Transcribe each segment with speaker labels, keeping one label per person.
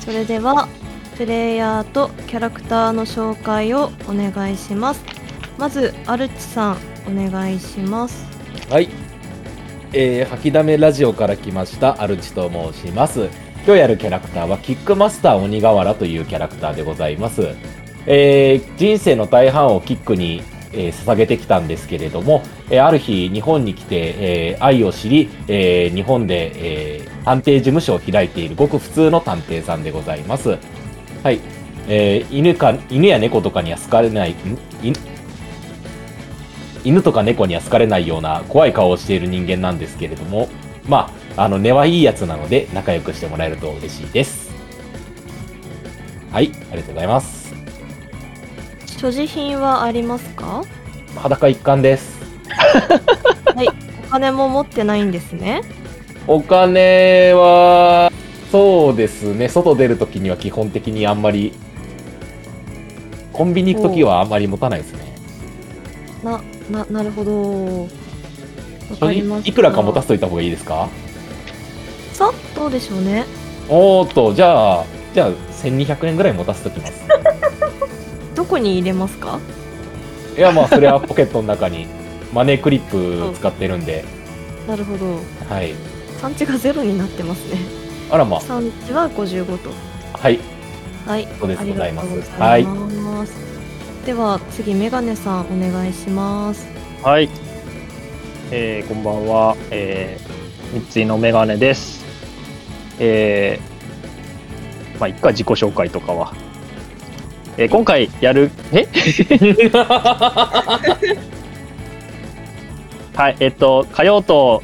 Speaker 1: それではプレイヤーとキャラクターの紹介をお願いしますまずアルチさんお願いします
Speaker 2: はい、えー、吐きだめラジオから来ましたアルチと申します今日やるキャラクターはキックマスター鬼瓦というキャラクターでございます、えー人生の大半をキックに、えー捧げてきたんですけれども、えーある日日本に来て、えー愛を知り、えー日本で、えー探偵事務所を開いているごく普通の探偵さんでございますはい、えー犬か犬や猫とかには好かれないんい犬とか猫には好かれないような怖い顔をしている人間なんですけれどもまああの根はいいやつなので仲良くしてもらえると嬉しいですはいありがとうございます
Speaker 1: 所持品はあります か
Speaker 2: 裸一貫です
Speaker 1: お金も持ってないんですね
Speaker 2: お金はそうですね外出るときには基本的にあんまりコンビニ行くときはあんまり持たないですね
Speaker 1: なななるほどわ
Speaker 2: 所
Speaker 1: か
Speaker 2: 持
Speaker 1: りました
Speaker 2: いくらか持たせといた方がいいですか
Speaker 1: さどうでしょうね
Speaker 2: おーっとじゃあじゃあ1200円ぐらい持たせときます
Speaker 1: どこに入れますか
Speaker 2: いやまあそれはポケットの中に マネークリップ使ってるんで、
Speaker 1: なるほど
Speaker 2: はい
Speaker 1: 産地がゼロになってますね
Speaker 2: あらま
Speaker 1: 産地は55と
Speaker 2: あはい
Speaker 1: はい
Speaker 2: そうです
Speaker 1: あり
Speaker 2: ご
Speaker 1: が
Speaker 2: ざ
Speaker 1: と
Speaker 2: いうま
Speaker 1: ご
Speaker 2: す
Speaker 1: ざいます、
Speaker 2: はい
Speaker 1: では次メガネさんお願いします
Speaker 3: はい。えーこんばんは。えー、三井のメガネです。えーまあ、いっか、自己紹介とかは。えー今回やる、え はい、えっと、火曜と、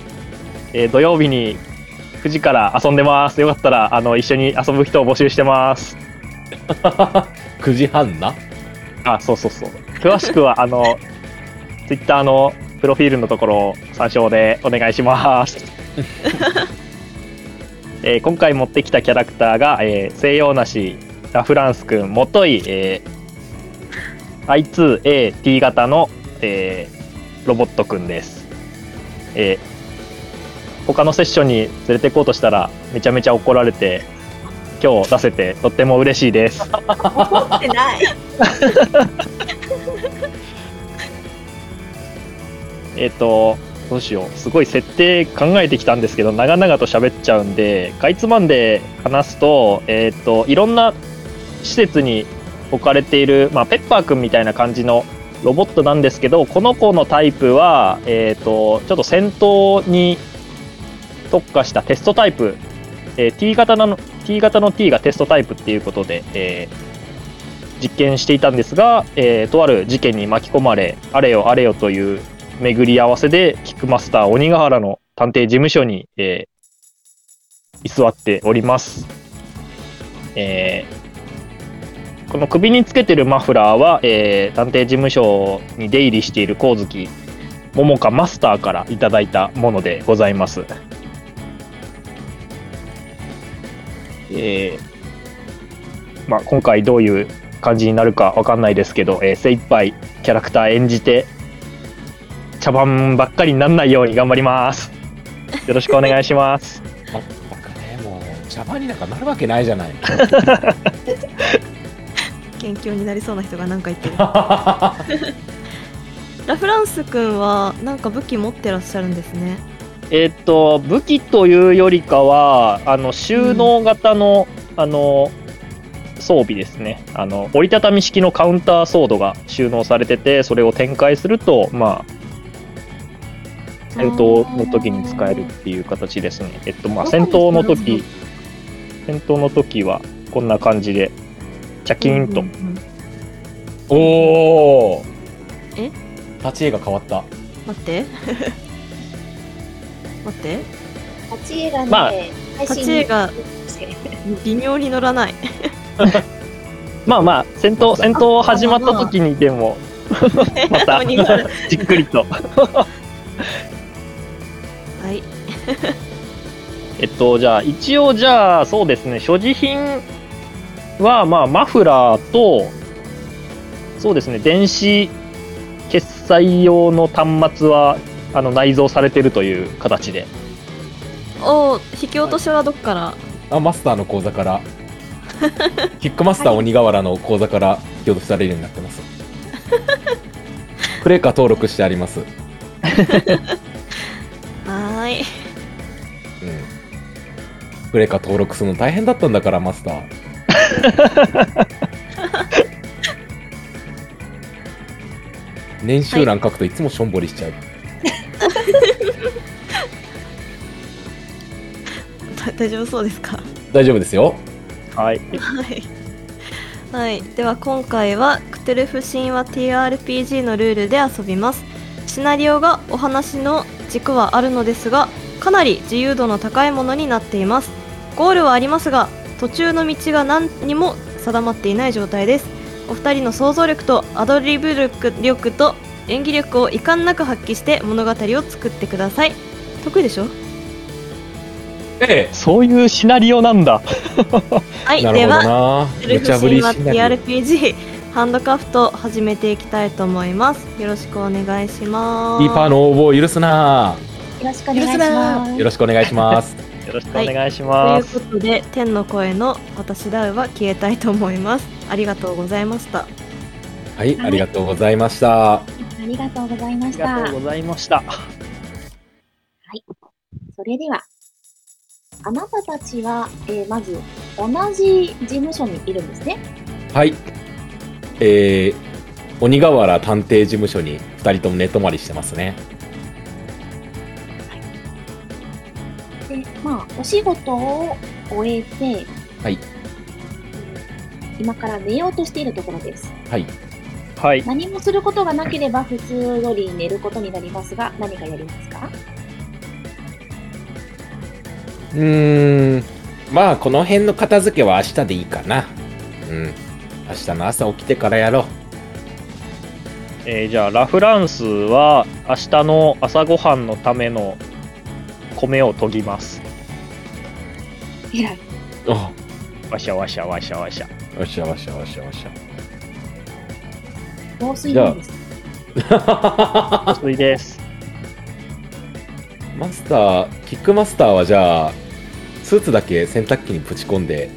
Speaker 3: えー土曜日に9時から遊んでます。よかったら、あの、一緒に遊ぶ人を募集してます。
Speaker 2: 9時半な
Speaker 3: あ、そうそうそう。詳しくは、あの、ツイッターのプロフィールのところを参照でお願いします。えー今回持ってきたキャラクターが、えー西洋梨、ラフランス君、もとい、えー I2AT 型の、えーロボット君です。えー他のセッションに連れて行こうとしたらめちゃめちゃ怒られて今日出せてとっても嬉しいです。
Speaker 4: 怒ってない。
Speaker 3: えっ、と、どうしよう。すごい設定考えてきたんですけど、長々と喋っちゃうんで、かいつまんで話すと、えっ、と、いろんな施設に置かれている、まあ、ペッパーくんみたいな感じのロボットなんですけど、この子のタイプは、えっ、と、ちょっと戦闘に特化したテストタイプ、えー T 型なの、T 型の T がテストタイプっていうことで、えー実験していたんですが、えーとある事件に巻き込まれ、あれよあれよという巡り合わせで、キックマスター鬼ヶ原の探偵事務所に、えー居座っております。えーこの首につけてるマフラーは、えー探偵事務所に出入りしている光月桃花マスターからいただいたものでございます。えーまあ、今回どういう感じになるかわかんないですけど、えー精一杯キャラクター演じて茶番ばっかりになんないように頑張ります。よろしくお願いします。
Speaker 2: まったくねもう茶番になんかなるわけないじゃない
Speaker 1: 元凶になりそうな人が何か言ってる
Speaker 2: あ
Speaker 1: ラフランス君はなんか武器持ってらっしゃるんですね
Speaker 3: えーっと武器というよりかはあの収納型の、あの装備ですねあの折りたたみ式のカウンターソードが収納されててそれを展開するとまあ戦闘の時に使えるっていう形ですねえっとまあ
Speaker 1: どこ
Speaker 3: 戦
Speaker 1: に
Speaker 3: 闘の
Speaker 1: 使える
Speaker 3: 時戦闘の時はこんな感じでチャキーンと、
Speaker 1: うんうんうん
Speaker 2: おお
Speaker 1: え
Speaker 2: 立ち絵が変わった
Speaker 1: 待って 待って
Speaker 4: 立ち絵がね、
Speaker 3: まあ
Speaker 4: 配信
Speaker 1: 立ち絵が微妙に乗らない
Speaker 3: まあまあ戦闘戦闘始まっ
Speaker 1: まあ
Speaker 3: た
Speaker 1: まあ
Speaker 3: 時にで もまた
Speaker 1: 鬼がある
Speaker 3: じっくりと
Speaker 1: はい
Speaker 3: えっと、じゃあ、一応、じゃあ、そうですね、所持品は、まあ、マフラーと、そうですね、電子決済用の端末は、あの、内蔵されてるという形で。
Speaker 1: おー引き落としはどっから
Speaker 2: あマスターの口座からキックマスター鬼瓦の口座から引き落とされるようになってます。クレカ登録してあります。うん。
Speaker 1: はーい。
Speaker 2: クレカ登録するの大変だったんだから、マスター。年収欄書くといつもしょんぼりしちゃう。
Speaker 1: だ 大丈夫そうですか。
Speaker 2: 大丈夫ですよ。
Speaker 3: はい。
Speaker 1: はい。はい、では今回はクトゥルフ神話 TRPG のルールで遊びますシナリオがお話の軸はあるのですがかなり自由度の高いものになっていますゴールはありますが途中の道が何にも定まっていない状態ですお二人の想像力とアドリブ力力と演技力を遺憾なく発揮して物語を作ってください得意でしょ
Speaker 2: え
Speaker 3: そういうシナリオなんだ。
Speaker 1: は
Speaker 2: え。
Speaker 1: い
Speaker 2: なる
Speaker 1: で
Speaker 2: ほ
Speaker 1: は
Speaker 2: どな。
Speaker 1: ル
Speaker 2: 無
Speaker 1: フ
Speaker 2: 茶ぶ
Speaker 1: 神
Speaker 2: り
Speaker 1: 話
Speaker 2: しな
Speaker 1: TRPG ハンドカフト始めていきたいと思いますよろしくお願いします
Speaker 2: リーパーの応募を許すな。
Speaker 4: ろしくお願いします。
Speaker 2: よろしくお願いします。
Speaker 3: よろしくお願いします。
Speaker 1: ということで天の声の私ダウは消えたいと思いますありがとうございました
Speaker 2: はい、ありがとうございました。
Speaker 4: ありがとうございまし
Speaker 3: あり
Speaker 4: た
Speaker 3: がと。うございました。
Speaker 4: それでは、あなたたちは、えーまず、同じ事務所にいるんですね。
Speaker 2: はい。えー、鬼瓦探偵事務所に二人とも寝泊まりしてますね。
Speaker 4: で、まあ、お仕事を終えて、
Speaker 2: はい。
Speaker 4: 今から寝ようとしているところです。
Speaker 2: はい。
Speaker 3: はい。
Speaker 4: 何もすることがなければ普通より寝ることになりますが、何かやりますか
Speaker 2: うーん。まあ、この辺の片付けは明日でいいかな。うん。明日の朝起きてからやろう。
Speaker 3: えーじゃあ、ラフランスは明日の朝ごはんのための米を研ぎます。
Speaker 4: えらい。
Speaker 2: あ、
Speaker 3: わしゃわしゃわしゃわしゃ。
Speaker 2: よっしゃよっしゃよっしゃよっし
Speaker 4: 防水なんです。
Speaker 2: ゃ。
Speaker 3: お水です。
Speaker 2: マスター、キックマスターはじゃあ、スーツだけ洗濯機にぶち込んで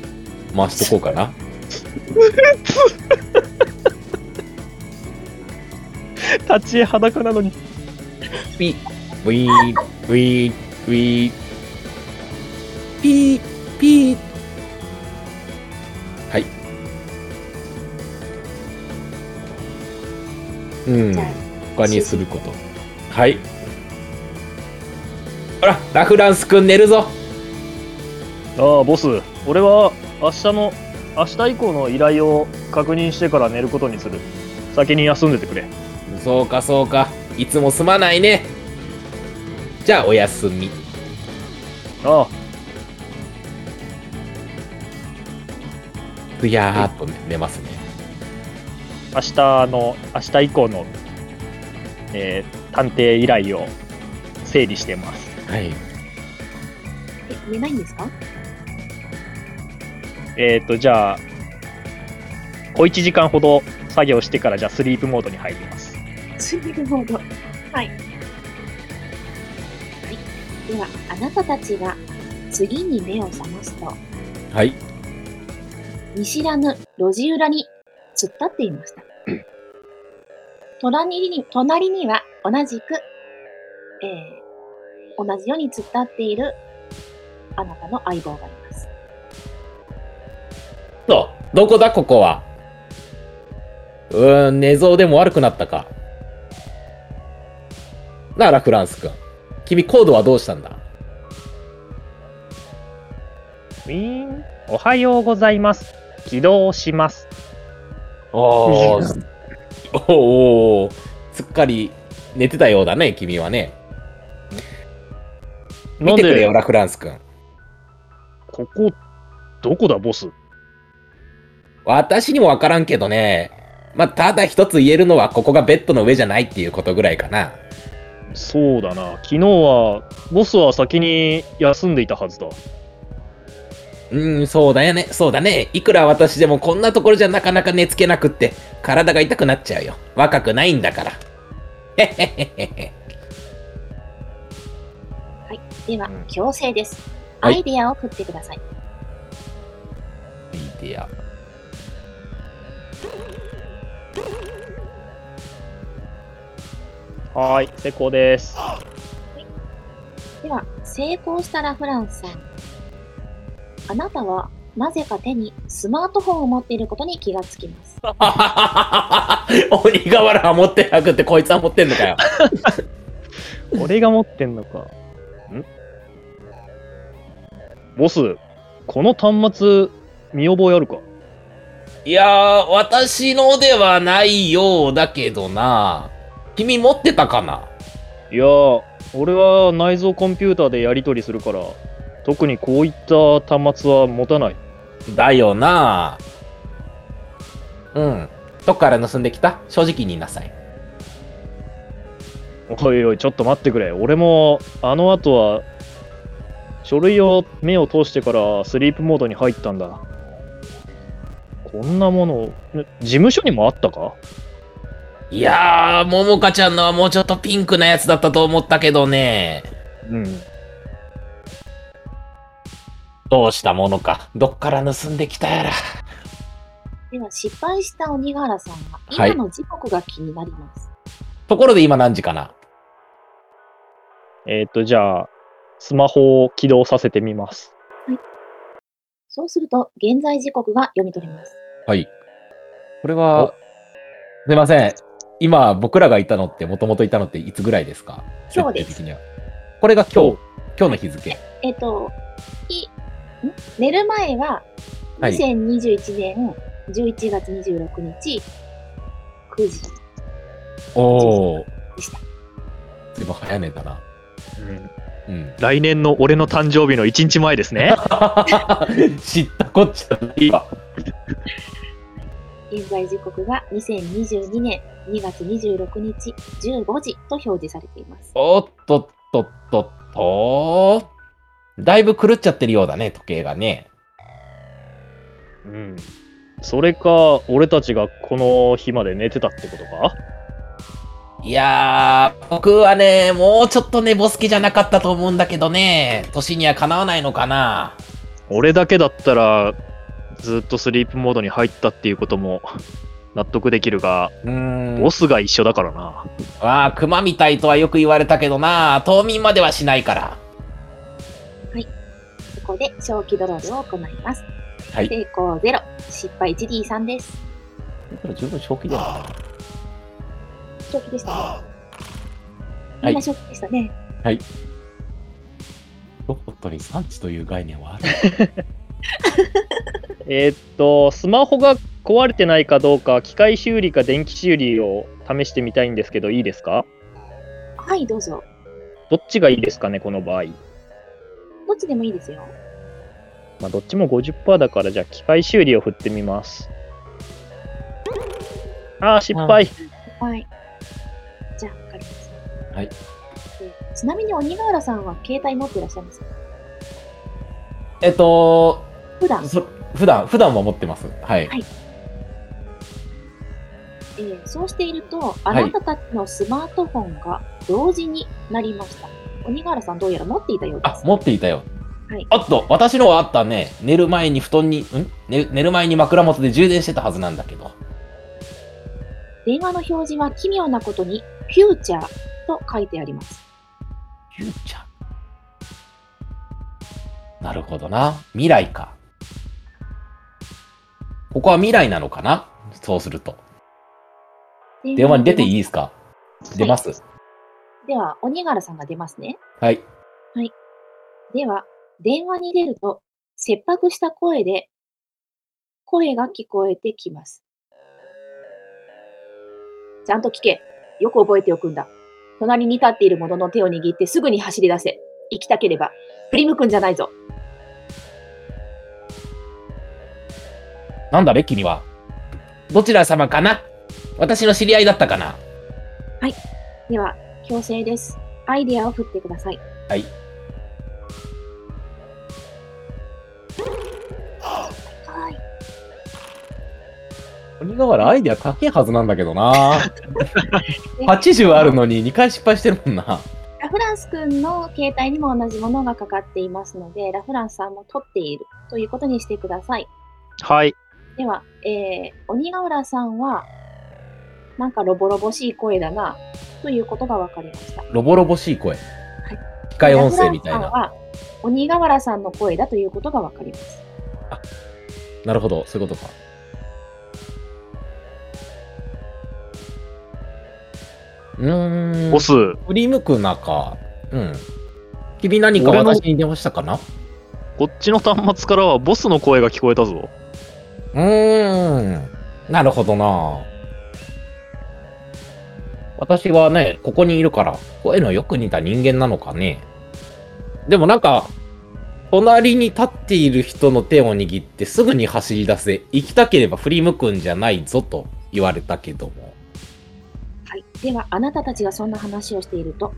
Speaker 2: 回しとこうかな。
Speaker 3: 立ち裸なのに。
Speaker 2: ウィーウィーウィーウィーピーピーはいうん
Speaker 4: じゃあ
Speaker 2: 他にすることはいほらラフランスくん寝るぞ
Speaker 3: ああ、ボス、俺は明日の、明日以降の依頼を確認してから寝ることにする。先に休んでてくれ。
Speaker 2: そうかそうかいつもすまないねじゃあおやすみ
Speaker 3: ああ、
Speaker 2: ふやーっと寝ますね
Speaker 3: 明日の、明日以降の、えー探偵依頼を整理してます。
Speaker 2: はい
Speaker 4: え、寝ないんですか
Speaker 3: えっ、と、じゃあ、小1時間ほど作業してから、じゃあスリープモードに入ります。
Speaker 4: スリープモード。はい。はい。では、あなたたちが次に目を覚ますと、
Speaker 2: はい
Speaker 4: 見知らぬ路地裏に突っ立っていました。隣に隣には同じく、えー同じように突っ立っているあなたの相棒がいます。
Speaker 2: と、どこだここは。うーん、寝相でも悪くなったか。なあ、ラフランス君。君、コードはどうしたんだ
Speaker 3: ウィーン、おはようございます。起動します。
Speaker 2: おーおおすっかり寝てたようだね、君はね。見てくれよ、ラフランス君。
Speaker 3: ここ、どこだ、ボス
Speaker 2: 私にもわからんけどね。まあ、ただ一つ言えるのは、ここがベッドの上じゃないっていうことぐらいかな。
Speaker 3: そうだな。昨日は、ボスは先に休んでいたはずだ。
Speaker 2: うーん、そうだよね、そうだね。いくら私でもこんなところじゃなかなか寝つけなくって、体が痛くなっちゃうよ。若くないんだから。へへへへへ。
Speaker 4: では
Speaker 2: うん、
Speaker 4: 強制です。
Speaker 2: は
Speaker 4: ア
Speaker 2: い
Speaker 4: イデアを振ってください。
Speaker 2: いい手や。
Speaker 3: はーい、成功です。
Speaker 4: では、成功したラフランスさん。あなたは、なぜか手にスマートフォンを持っていることに気がつきます。
Speaker 2: 鬼瓦は持ってなくて、こいつは持ってんのかよ。
Speaker 3: 俺が持ってんのか。んボス、この端末、見覚えあるか
Speaker 2: いやー、私のではないようだけどな。君持ってたかない
Speaker 3: やー、俺は内蔵コンピューターでやり取りするから、特にこういった端末は持たない。
Speaker 2: だよな。うん。どっから盗んできた正直に言いなさい。
Speaker 3: おいおい、ちょっと待ってくれ。俺も、あの後は、書類を目を通してからスリープモードに入ったんだ。こんなもの、え事務所にもあったか
Speaker 2: いやー、ももかちゃんのはもうちょっとピンクなやつだったと思ったけどね。
Speaker 3: うん。
Speaker 2: どうしたものか。どっから盗んできたやら。
Speaker 4: では、失敗した鬼原さんは、
Speaker 2: はい
Speaker 4: 今の時刻が気になります。
Speaker 2: ところで今何時かな
Speaker 3: えっ、と、じゃあ、スマホを起動させてみます。
Speaker 4: そうすると、現在時刻が読み取れます。
Speaker 2: はい。これは、すいません。今、僕らがいたのって、もともといたのっていつぐらいですか
Speaker 4: 今日です
Speaker 2: 設定的には。これが今
Speaker 3: 今
Speaker 2: 日、今日の日付。
Speaker 4: えっと、い、ん寝る前は、
Speaker 2: はい
Speaker 4: 2021年11月26日、9時。
Speaker 2: おお
Speaker 4: でした。
Speaker 2: 随分早寝たな。うん。
Speaker 3: 来年の俺の誕生日の1日前です ね。
Speaker 2: 知ったこっちゃないわ。
Speaker 4: 現在時刻が2022年2月26日15時と表示されています。
Speaker 2: おっとっとっとっと。だいぶ狂っちゃってるようだね、時計がね。
Speaker 3: うん。それか、俺たちがこの日まで寝てたってことか
Speaker 2: いやー、僕はね、もうちょっと寝ぼすけじゃなかったと思うんだけどね、年にはかなわないのかな。
Speaker 3: 俺だけだったら、ずっとスリープモードに入ったっていうことも納得できるが、
Speaker 2: うーん。
Speaker 3: ボスが一緒だからな。
Speaker 2: ああ、熊みたいとはよく言われたけどな、冬眠まではしないから。
Speaker 4: ここで小気ドロールを行います。
Speaker 2: はい
Speaker 4: 成功ゼロ、失敗 1D3 です。
Speaker 2: 十分正気だな。
Speaker 4: 正気でしたね。
Speaker 2: い
Speaker 4: みんな正気でしたね。
Speaker 2: ロボットに産地という概念はある。
Speaker 3: えーっと、スマホが壊れてないかどうか、機械修理か電気修理を試してみたいんですけど、いいですか
Speaker 4: はい、どうぞ。
Speaker 3: どっちがいいですかね、この場合。
Speaker 4: どっちでもいいですよ。
Speaker 3: まあ、どっちも50%だから、じゃあ、機械修理を振ってみます。ああ、失敗。
Speaker 4: はい。じゃあ、わかります。
Speaker 2: はい
Speaker 4: えー。ちなみに鬼ヶ浦さんは携帯持っていらっしゃいますか
Speaker 2: えっと、
Speaker 4: 普段、
Speaker 2: そ普段、普段は持ってます。はい。
Speaker 4: えーそうしていると、あ
Speaker 2: はい
Speaker 4: なたたちのスマートフォンが同時になりました。鬼ヶ浦さん、どうやら持っていたようで
Speaker 2: あ、
Speaker 4: す。
Speaker 2: 持っていたよ。
Speaker 4: はい
Speaker 2: あっと、私のはあったね。寝る前に布団に、ん、ね、寝る前に枕元で充電してたはずなんだけど。
Speaker 4: 電話の表示は奇妙なことに、フューチャーと書いてあります。
Speaker 2: ゆうちゃん。なるほどな。未来か。ここは未来なのかなそうすると。電話に出ていいですか出ます。
Speaker 4: では、鬼ヶ浦さんが出ますね。
Speaker 2: はい。
Speaker 4: では、電話に出ると、切迫した声で、声が聞こえてきます。ちゃんと聞け。よく覚えておくんだ。隣に立っている者の手を握ってすぐに走り出せ。行きたければ、振り向くんじゃないぞ。
Speaker 2: なんだべ、君は。どちら様かな私の知り合いだったかな
Speaker 4: では、強制です。アイディアを振ってください。
Speaker 2: はい。
Speaker 4: はい。
Speaker 2: 鬼瓦アイデア高いはずなんだけどな
Speaker 4: 80ある
Speaker 2: のに2回失敗してるもんな。
Speaker 4: ラフランス君の携帯にも同じものがかかっていますので、ラフランスさんも取っているということにしてください。
Speaker 3: はい。
Speaker 4: では、えー、鬼ヶ浦さんは、なんかロボロボしい声だな、ということが分かりました。
Speaker 2: ロボロボしい声。機械音声みたい
Speaker 4: ラフ
Speaker 2: な。
Speaker 4: ランさんは、鬼ヶ原さんの声だということが分かります。
Speaker 2: なるほど、そういうことか。うーん。
Speaker 3: ボス、
Speaker 2: 振り向く中、うん。君何か
Speaker 3: 俺の
Speaker 2: 私に電話したかな
Speaker 3: こっちの端末からはボスの声が聞こえたぞ。
Speaker 2: うーん。なるほどな。私はね、ここにいるから、声のよく似た人間なのかね。でもなんか、隣に立っている人の手を握ってすぐに走り出せ。行きたければ振り向くんじゃないぞと言われたけども。
Speaker 4: はい。では、あなたたちがそんな話をしていると、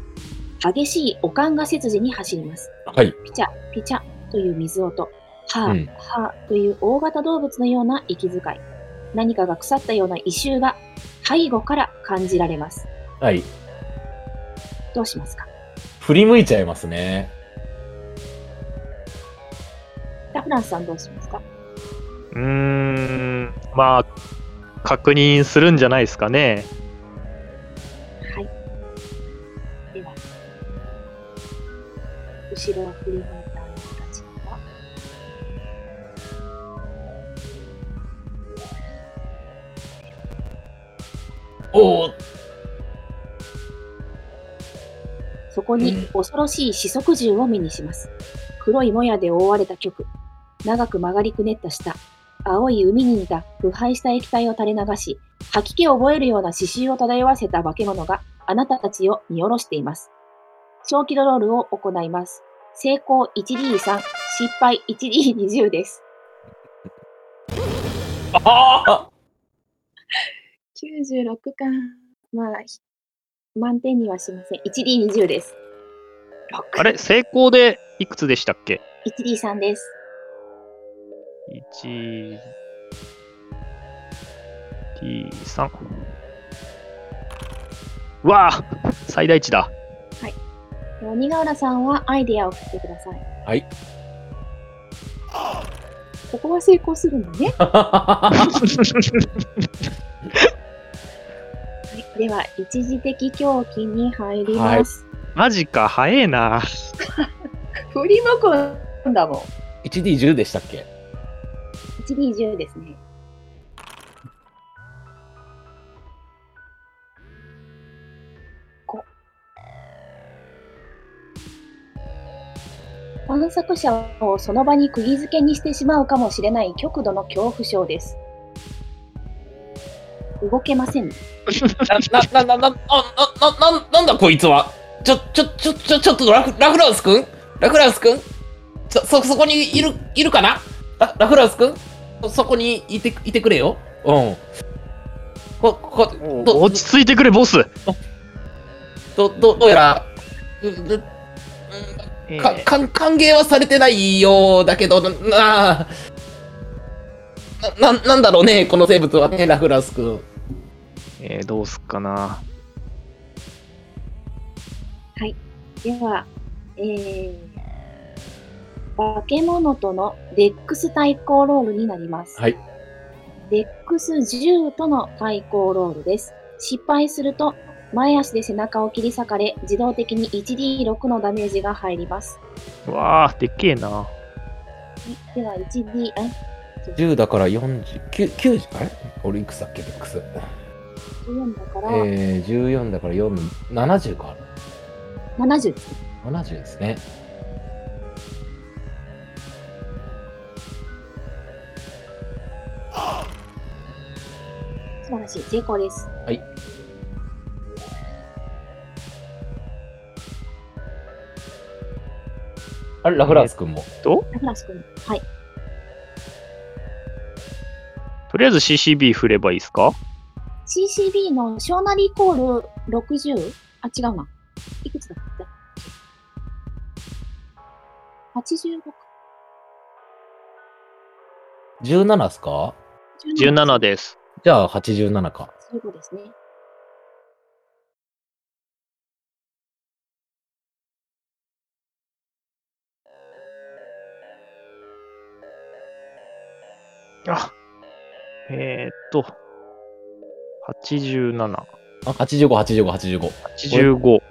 Speaker 4: 激しいおかんが切時に走ります。
Speaker 2: はい。
Speaker 4: ピチャ、ピチャという水音、ハ
Speaker 2: うん
Speaker 4: ー、ハーという大型動物のような息遣い、何かが腐ったような異臭が背後から感じられます。
Speaker 2: はい。
Speaker 4: どうしますか
Speaker 2: 振り向いちゃいますね。
Speaker 4: ラフランスさんどうしますか
Speaker 3: うーん、まあ、確認するんじゃないですかね。
Speaker 4: はい。では、後ろを振り向いたあなたたちは、
Speaker 2: おお、
Speaker 4: そこに恐ろしい四足銃を目にします。黒いもやで覆われた曲、長く曲がりくねった舌、青い海に似た腐敗した液体を垂れ流し、吐き気を覚えるような刺繍を漂わせた化け物があなたたちを見下ろしています。小キロロールを行います。成功 1D3、失敗 1D20 です。
Speaker 2: あ
Speaker 4: 96か。まあ、ひ満点にはしません。1D20 です。
Speaker 3: あれ、成功でいくつでしたっけ
Speaker 4: 6?1D3 です。
Speaker 3: 1 t 3うわあ最大値だ
Speaker 4: 鬼ヶ浦さんはアイデアを振ってください。
Speaker 2: はい。
Speaker 4: ここは成功するん だね。はい、では、一時的狂気に入ります。
Speaker 3: マジか早えな
Speaker 4: 振り向くんだもん。
Speaker 2: 1D10 でしたっけ
Speaker 4: 1D10 ですね。こ探索者をその場に釘付けにしてしまうかもしれない極度の恐怖症です。動けません。
Speaker 2: な、な、な、な、な、な、な、なんだこいつはちょ、ちょ、ちょ、ちょ、ちょっとラフ、ラフランスくんラフランスくんそ、そ、そこにいる、いるかなララフランスくんそ、そこにいて、いてくれよ。うん。こ、こ、ど、
Speaker 3: 落ち着いてくれボス、
Speaker 2: ど、ど、どうやら、うう
Speaker 3: え
Speaker 2: か
Speaker 3: ー、
Speaker 2: かん、歓迎はされてないようだけど、な、なな、なんだろうね、この生物はね、ラフランスくん。
Speaker 3: えーどうすっかな
Speaker 4: では、えー、化け物とのデックス対抗ロールになります。
Speaker 2: はい。
Speaker 4: デックス10との対抗ロールです。失敗すると、前足で背中を切り裂かれ、自動的に 1D6 のダメージが入ります。
Speaker 3: うわあでっけえな
Speaker 4: では、1D、え、
Speaker 2: 10だから40、9、9、あれ俺いくつだっけ、デックス。
Speaker 4: 14だから、
Speaker 2: えー、14だから4の70か
Speaker 4: 70ですね。
Speaker 2: 70ですね
Speaker 4: 素晴らしい。成功です。
Speaker 2: はい。あれラフランス君も
Speaker 4: ラフランス君。はい。
Speaker 3: とりあえず CCB 振ればいいっすか
Speaker 4: CCB の小なりイコール60あ、違うな。いくつだった ?85 か。
Speaker 2: 17っすか
Speaker 3: 17です
Speaker 2: じゃあ87か
Speaker 4: 15ですね。
Speaker 3: あ、えー、っと、87、
Speaker 2: あ、85、85、85。
Speaker 3: 85。
Speaker 2: うん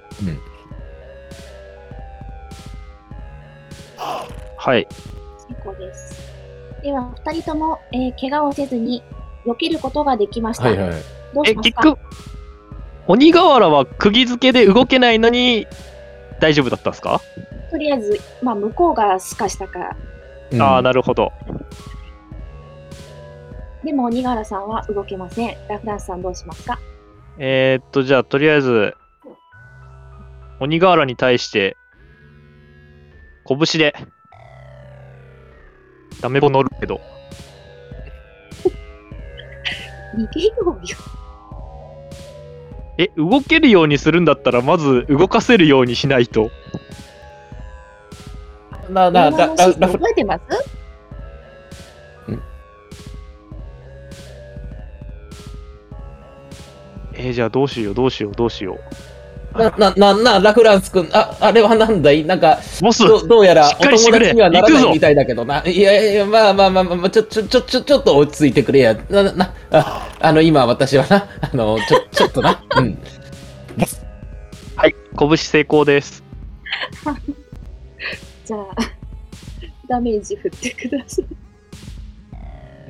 Speaker 3: はい。
Speaker 4: 成功です。では、二人とも、えー怪我をせずに、避けることができました。
Speaker 2: はいはい。
Speaker 4: どう
Speaker 3: え、
Speaker 4: します
Speaker 3: 結
Speaker 4: か
Speaker 3: 局、鬼瓦は釘付けで動けないのに大丈夫だったんですか、
Speaker 4: とりあえず、まあ、向こうがすかしたから、
Speaker 2: うん
Speaker 3: ああ、なるほど。
Speaker 4: でも鬼柄さんは動けません。ラフランスさんどうしますか
Speaker 3: えー、っと、じゃあ、とりあえず、鬼瓦に対して、拳で、ダメボ乗るけど、
Speaker 4: 逃げようよ。
Speaker 3: え、動けるようにするんだったら、まず動かせるようにしないと。
Speaker 2: な、な、
Speaker 4: 今
Speaker 2: ラ
Speaker 4: のシーン
Speaker 2: ラフ、
Speaker 4: 覚えてます
Speaker 3: えー、じゃあ、どうしよう、どうしよう、どうしよう。
Speaker 2: な、な、な、な、ラフランス君、あ、あれはなんだいなんか、
Speaker 3: ボス、
Speaker 2: どどうやら
Speaker 3: しっ
Speaker 2: お
Speaker 3: かりして
Speaker 2: 友
Speaker 3: くれ
Speaker 2: 達にはなら
Speaker 3: 行く
Speaker 2: な
Speaker 3: ぞ
Speaker 2: いみたいだけどな。いやいや、まあまあまあまあ、ちょ、ちょ、ちょ、ちょ、ちょっと落ち着いてくれや。な、な、なああの、今私はな、あの、ちょ、ちょっとな、うん。
Speaker 3: はい、拳成功です。
Speaker 4: じゃあ、ダメージ振ってください。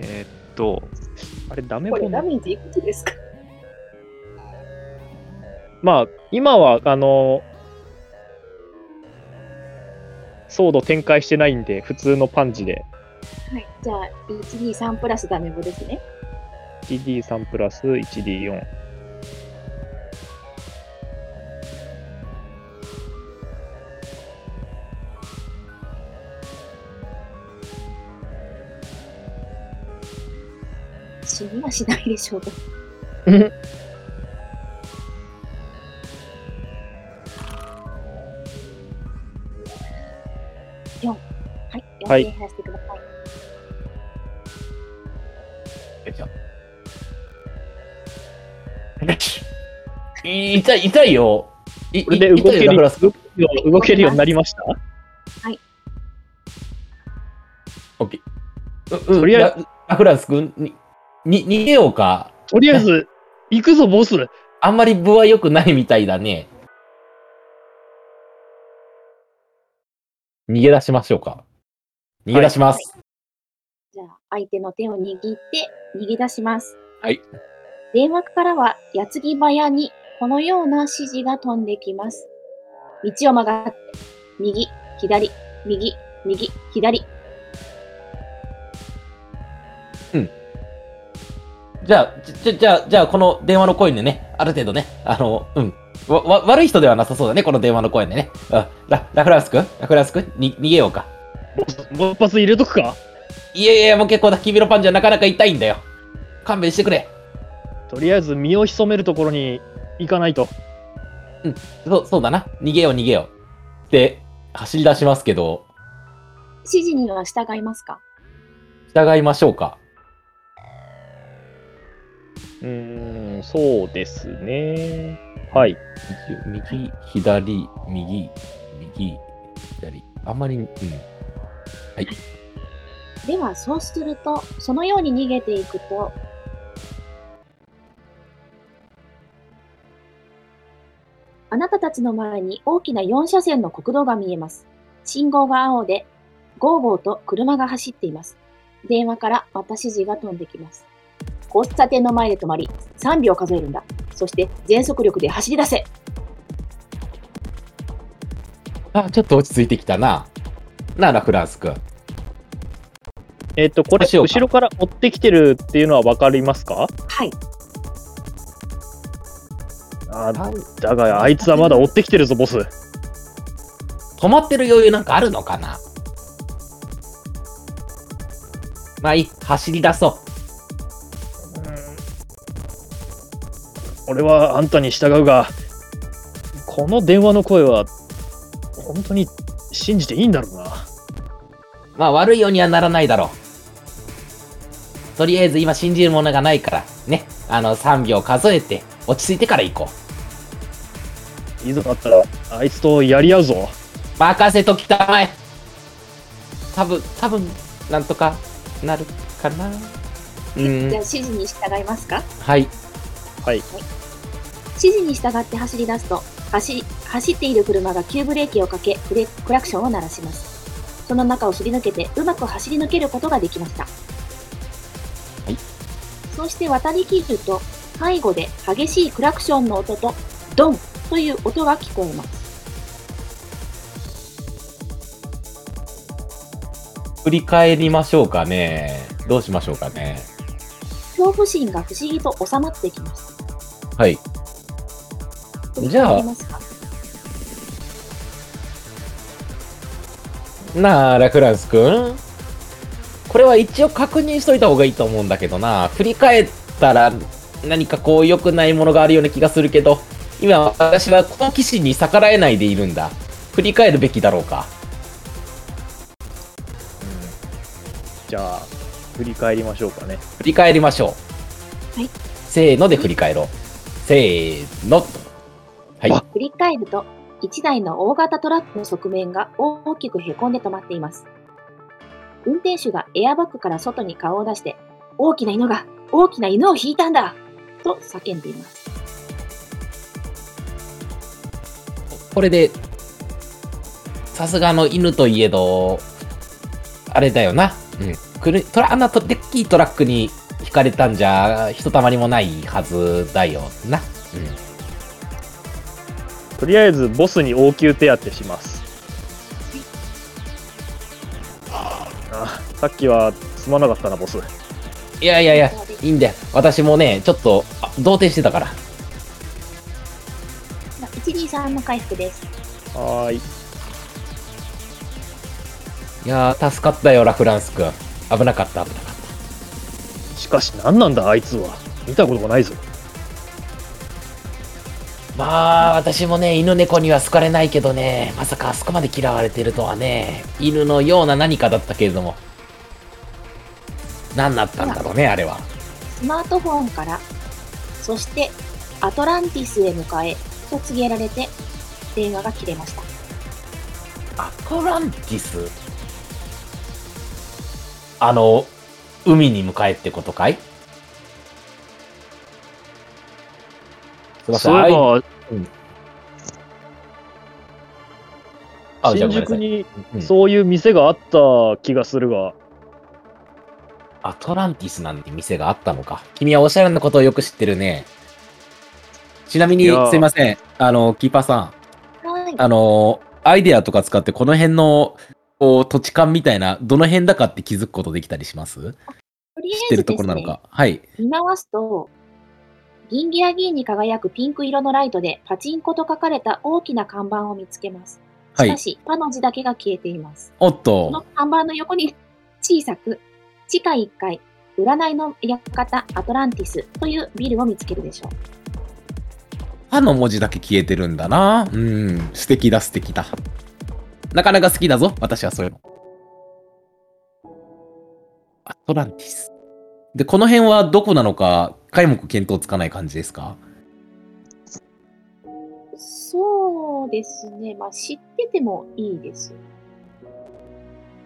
Speaker 3: えー、っと、あれ、ダメ
Speaker 4: こ
Speaker 3: ボ
Speaker 4: れダ
Speaker 3: の
Speaker 4: メージいくつですか
Speaker 3: まあ、今は、あの、ソード展開してないんで、普通のパンチで、
Speaker 4: はい。じゃあ、123プラスダメボですね。
Speaker 3: 1D3 プラ ス 1D4。
Speaker 4: 死にはしないでしょうか。はい。
Speaker 3: はい
Speaker 4: 4点減らしてください。
Speaker 2: 痛い、痛いよ。い
Speaker 3: これで動け
Speaker 2: 痛いよラ
Speaker 3: る
Speaker 2: フランス君。
Speaker 3: 動けるようになりました
Speaker 2: オッケー。うん、
Speaker 3: と
Speaker 2: と
Speaker 3: り
Speaker 2: り
Speaker 3: あ
Speaker 2: あ
Speaker 3: え
Speaker 2: えず、ラフランス君に、に、逃げようか。
Speaker 3: とりあえず、行くぞ、ボス
Speaker 2: あんまり分は良くないみたいだね。逃げ出しましょうか。逃げ出します。
Speaker 4: じゃあ、相手の手を握って逃げ出します。
Speaker 2: はい。
Speaker 4: 電話からは、矢継ぎ早にこのような指示が飛んできます。道を曲がって、右、左、右、右、左。
Speaker 2: じゃあ、じじゃ、じゃあ、じゃあ、この電話の声でね、ある程度ね、あの、うん。わ、わ、悪い人ではなさそうだね、この電話の声でね。うん。ラ、ラフランス君ラフランス君に、逃げようか。
Speaker 3: もう一発入れとくか
Speaker 2: いやいやいや、もう結構だ。君のパンチはなかなか痛いんだよ。勘弁してくれ。
Speaker 3: とりあえず、身を潜めるところに行かないと。
Speaker 2: そう、そうだな。逃げよう、逃げよう。って、走り出しますけど、
Speaker 4: 指示には従いますか
Speaker 2: 従いましょうか。
Speaker 3: うーん、そうですね。はい。
Speaker 2: 右、左、右、右、左。あんまり、うん。
Speaker 4: では、そうすると、そのように逃げていくと、あなたたちの前に大きな4車線の国道が見えます。信号が青で、ゴーゴーと車が走っています。電話からまた指示が飛んできます。交差点の前で止まり、3秒数えるんだ。そして、全速力で走り出せ。
Speaker 2: あ、ちょっと落ち着いてきたな。なあ、ラフランス君。
Speaker 3: えっと、こ
Speaker 2: ど
Speaker 3: れ、
Speaker 2: うしようか
Speaker 3: 後ろから追ってきてるっていうのは分かりますか
Speaker 4: はい。
Speaker 3: あだが、あいつはまだ追ってきてるぞ、ボス。
Speaker 2: 止まってる余裕なんかあるのかなまあいい、走り出そ
Speaker 3: 俺はあんたに従うが、この電話の声は、本当に信じていいんだろうな。
Speaker 2: う。まあ悪いようにはならないだろう。とりあえず今信じるものがないから、ね。あの、3秒数えて、落ち着いてから行こう。
Speaker 3: いざだったら、あいつとやり合うぞ。
Speaker 2: 任せときたまえ多分、多分、なんとかなるかな。うん
Speaker 4: じゃあ指示に従いますか
Speaker 2: はい
Speaker 3: はい。
Speaker 4: 指示に従って走り出すと走り走っている車が急ブレーキをかけブレクラクションを鳴らしますその中をすり抜けてうまく走り抜けることができました、
Speaker 2: い
Speaker 4: そして渡りきると背後で激しいクラクションの音とドンという音が聞こえます
Speaker 2: 振り返りましょうかねどうしましょうかね
Speaker 4: 恐怖心が不思議と収まってきます
Speaker 2: はいじゃあ
Speaker 4: わかりますか
Speaker 2: なあラクランスくんこれは一応確認しといた方がいいと思うんだけどな振り返ったら何かこう良くないものがあるような気がするけど今私は好奇心に逆らえないでいるんだ振り返るべきだろうか
Speaker 3: じゃあ、振り返りましょうかね。
Speaker 2: 振り返りましょう。
Speaker 4: はい
Speaker 2: せーので振り返ろう。せーの。はい。
Speaker 3: あ
Speaker 4: 振り返ると1台の大型トラックの側面が大きくへこんで止まっています運転手がエアバッグから外に顔を出して大きな犬が大きな犬を引いたんだと叫んでいます
Speaker 2: これで、さすがの犬といえど、あれだよな。うん。くるトラあんなとでっきいトラックに引かれたんじゃ、ひとたまりもないはずだよな。うん。
Speaker 3: とりあえず、ボスに応急手当てします。あさっきはすまなかったな、ボス。
Speaker 2: いやいやいや、いいんだよ。私もね、ちょっと、あ動転してたから。
Speaker 4: 123の回復です
Speaker 3: はーい。
Speaker 2: いやー、助かったよ、ラフランス君。危なかった、危なかった。
Speaker 3: しかし、何なんだ、あいつは。見たことがないぞ。
Speaker 2: まあ私もね犬猫には好かれないけどねまさかあそこまで嫌われてるとはね犬のような何かだったけれども何だったんだろうねあれは
Speaker 4: スマートフォンからそしてアトランティスへ向かえと告げられて電話が切れました
Speaker 2: アトランティスあの海に向かえってことかいすいません
Speaker 3: そういえ
Speaker 2: あい
Speaker 3: ば、
Speaker 2: あじゃあご
Speaker 3: 新
Speaker 2: めんなさ
Speaker 3: 宿
Speaker 2: い
Speaker 3: に
Speaker 2: うん
Speaker 3: そういう店があった気がするが、
Speaker 2: アトランティスなんて店があったのか。君はおしゃれなことをよく知ってるね。ちなみに
Speaker 3: いやー
Speaker 2: すいません。あの、キーパーさ
Speaker 4: はい
Speaker 2: ん。あの、アイデアとか使ってこの辺の、こう、土地勘みたいな、どの辺だかって気づくことできたりします知っ
Speaker 4: とりあ
Speaker 2: て
Speaker 4: えず
Speaker 2: ると
Speaker 4: で
Speaker 2: こ
Speaker 4: す
Speaker 2: ろなの
Speaker 4: ね
Speaker 2: か。はい。
Speaker 4: 見回すと、銀ギラ銀に輝くピンク色のライトでパチンコと書かれた大きな看板を見つけます。
Speaker 2: は
Speaker 4: し
Speaker 2: い
Speaker 4: か。し、パの字だけが消えています。
Speaker 2: おっ
Speaker 4: この
Speaker 2: と、
Speaker 4: 看板の横に小さく、地下1階、占いの館アトランティスというビルを見つけるでしょう。
Speaker 2: 歯の文字だけ消えてるんだな。うん、素敵だ、素敵だ。なかなか好きだぞ、私はそういうの。アトランティス。で、この辺はどこなのか、皆目見当つかない感じですか
Speaker 4: そうですね。まあ、知っててもいいです。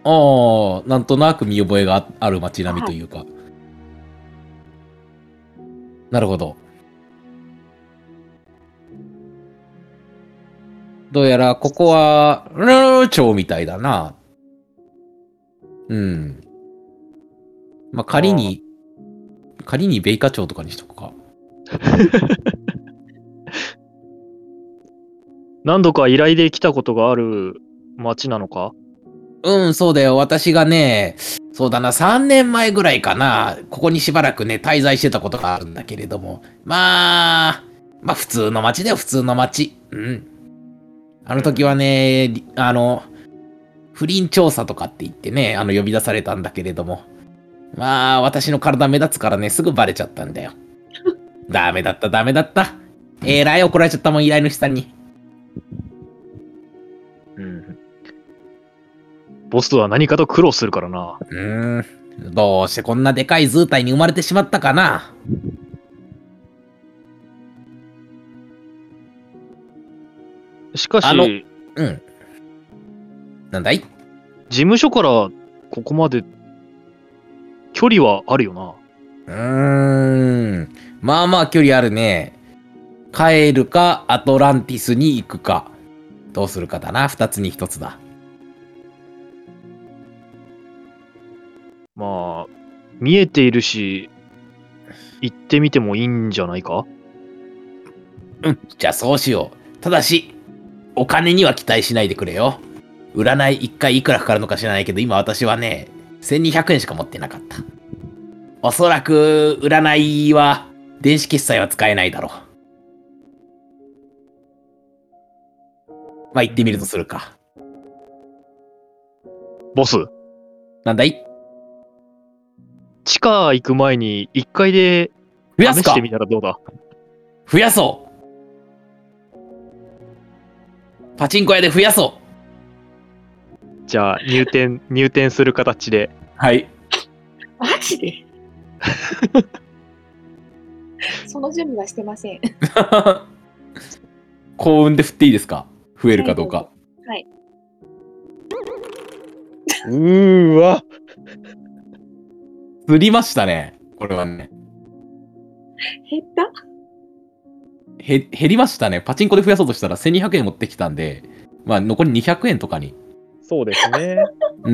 Speaker 2: ああ、なんとなく見覚えがあある街並みというか。なるほど。どうやら、ここは、ルー町みたいだな。うん。まあ、仮に、仮に米花町とかにしとくか。
Speaker 3: 何度か依頼で来たことがある町なのか
Speaker 2: うん、そうだよ。私がね、そうだな、3年前ぐらいかな、ここにしばらくね、滞在してたことがあるんだけれども、まあ、まあ普通の街だよ、普通の街。うん。あの時はね、りあの、不倫調査とかって言ってね、あの、呼び出されたんだけれども、まあ、私の体目立つからね、すぐバレちゃったんだよ。ダメだった、ダメだった。えらい怒られちゃったもん、依頼主さんに。
Speaker 3: うん。ボスとは何かと苦労するからな。
Speaker 2: うーん、どうしてこんなでかい図体に生まれてしまったかな。
Speaker 3: しか
Speaker 2: あの
Speaker 3: し、
Speaker 2: うん。なんだい
Speaker 3: 事務所からここまで距離はあるよな。
Speaker 2: うーん。まあまあ距離あるね。帰るか、アトランティスに行くか。どうするかだな。二つに一つだ。
Speaker 3: まあ、見えているし、行ってみてもいいんじゃないか
Speaker 2: うん。じゃあそうしよう。ただし、お金には期待しないでくれよ。占い一回いくらかかるのか知らないけど、今私はね、1200円しか持ってなかった。おそらく、占いは、電子決済は使えないだろう。まあ、行ってみるとするか。
Speaker 3: ボス、
Speaker 2: なんだい
Speaker 3: 地下行く前に1階で
Speaker 2: 増や
Speaker 3: 試
Speaker 2: す
Speaker 3: し
Speaker 2: か
Speaker 3: てみたらどうだ
Speaker 2: 増やそうパチンコ屋で増やそ
Speaker 3: じゃあ入 店、入店する形で。
Speaker 2: うはい。
Speaker 4: マジでその準備はしてません。
Speaker 2: 幸運で振っていいですか増えるかどうか。
Speaker 3: うーわ。
Speaker 2: 釣りましたね。これはね。
Speaker 4: 減った
Speaker 2: へ、減りましたね。パチンコで増やそうとしたら1200円持ってきたんで、まあ残り200円とかに。
Speaker 3: そうですね。
Speaker 2: うー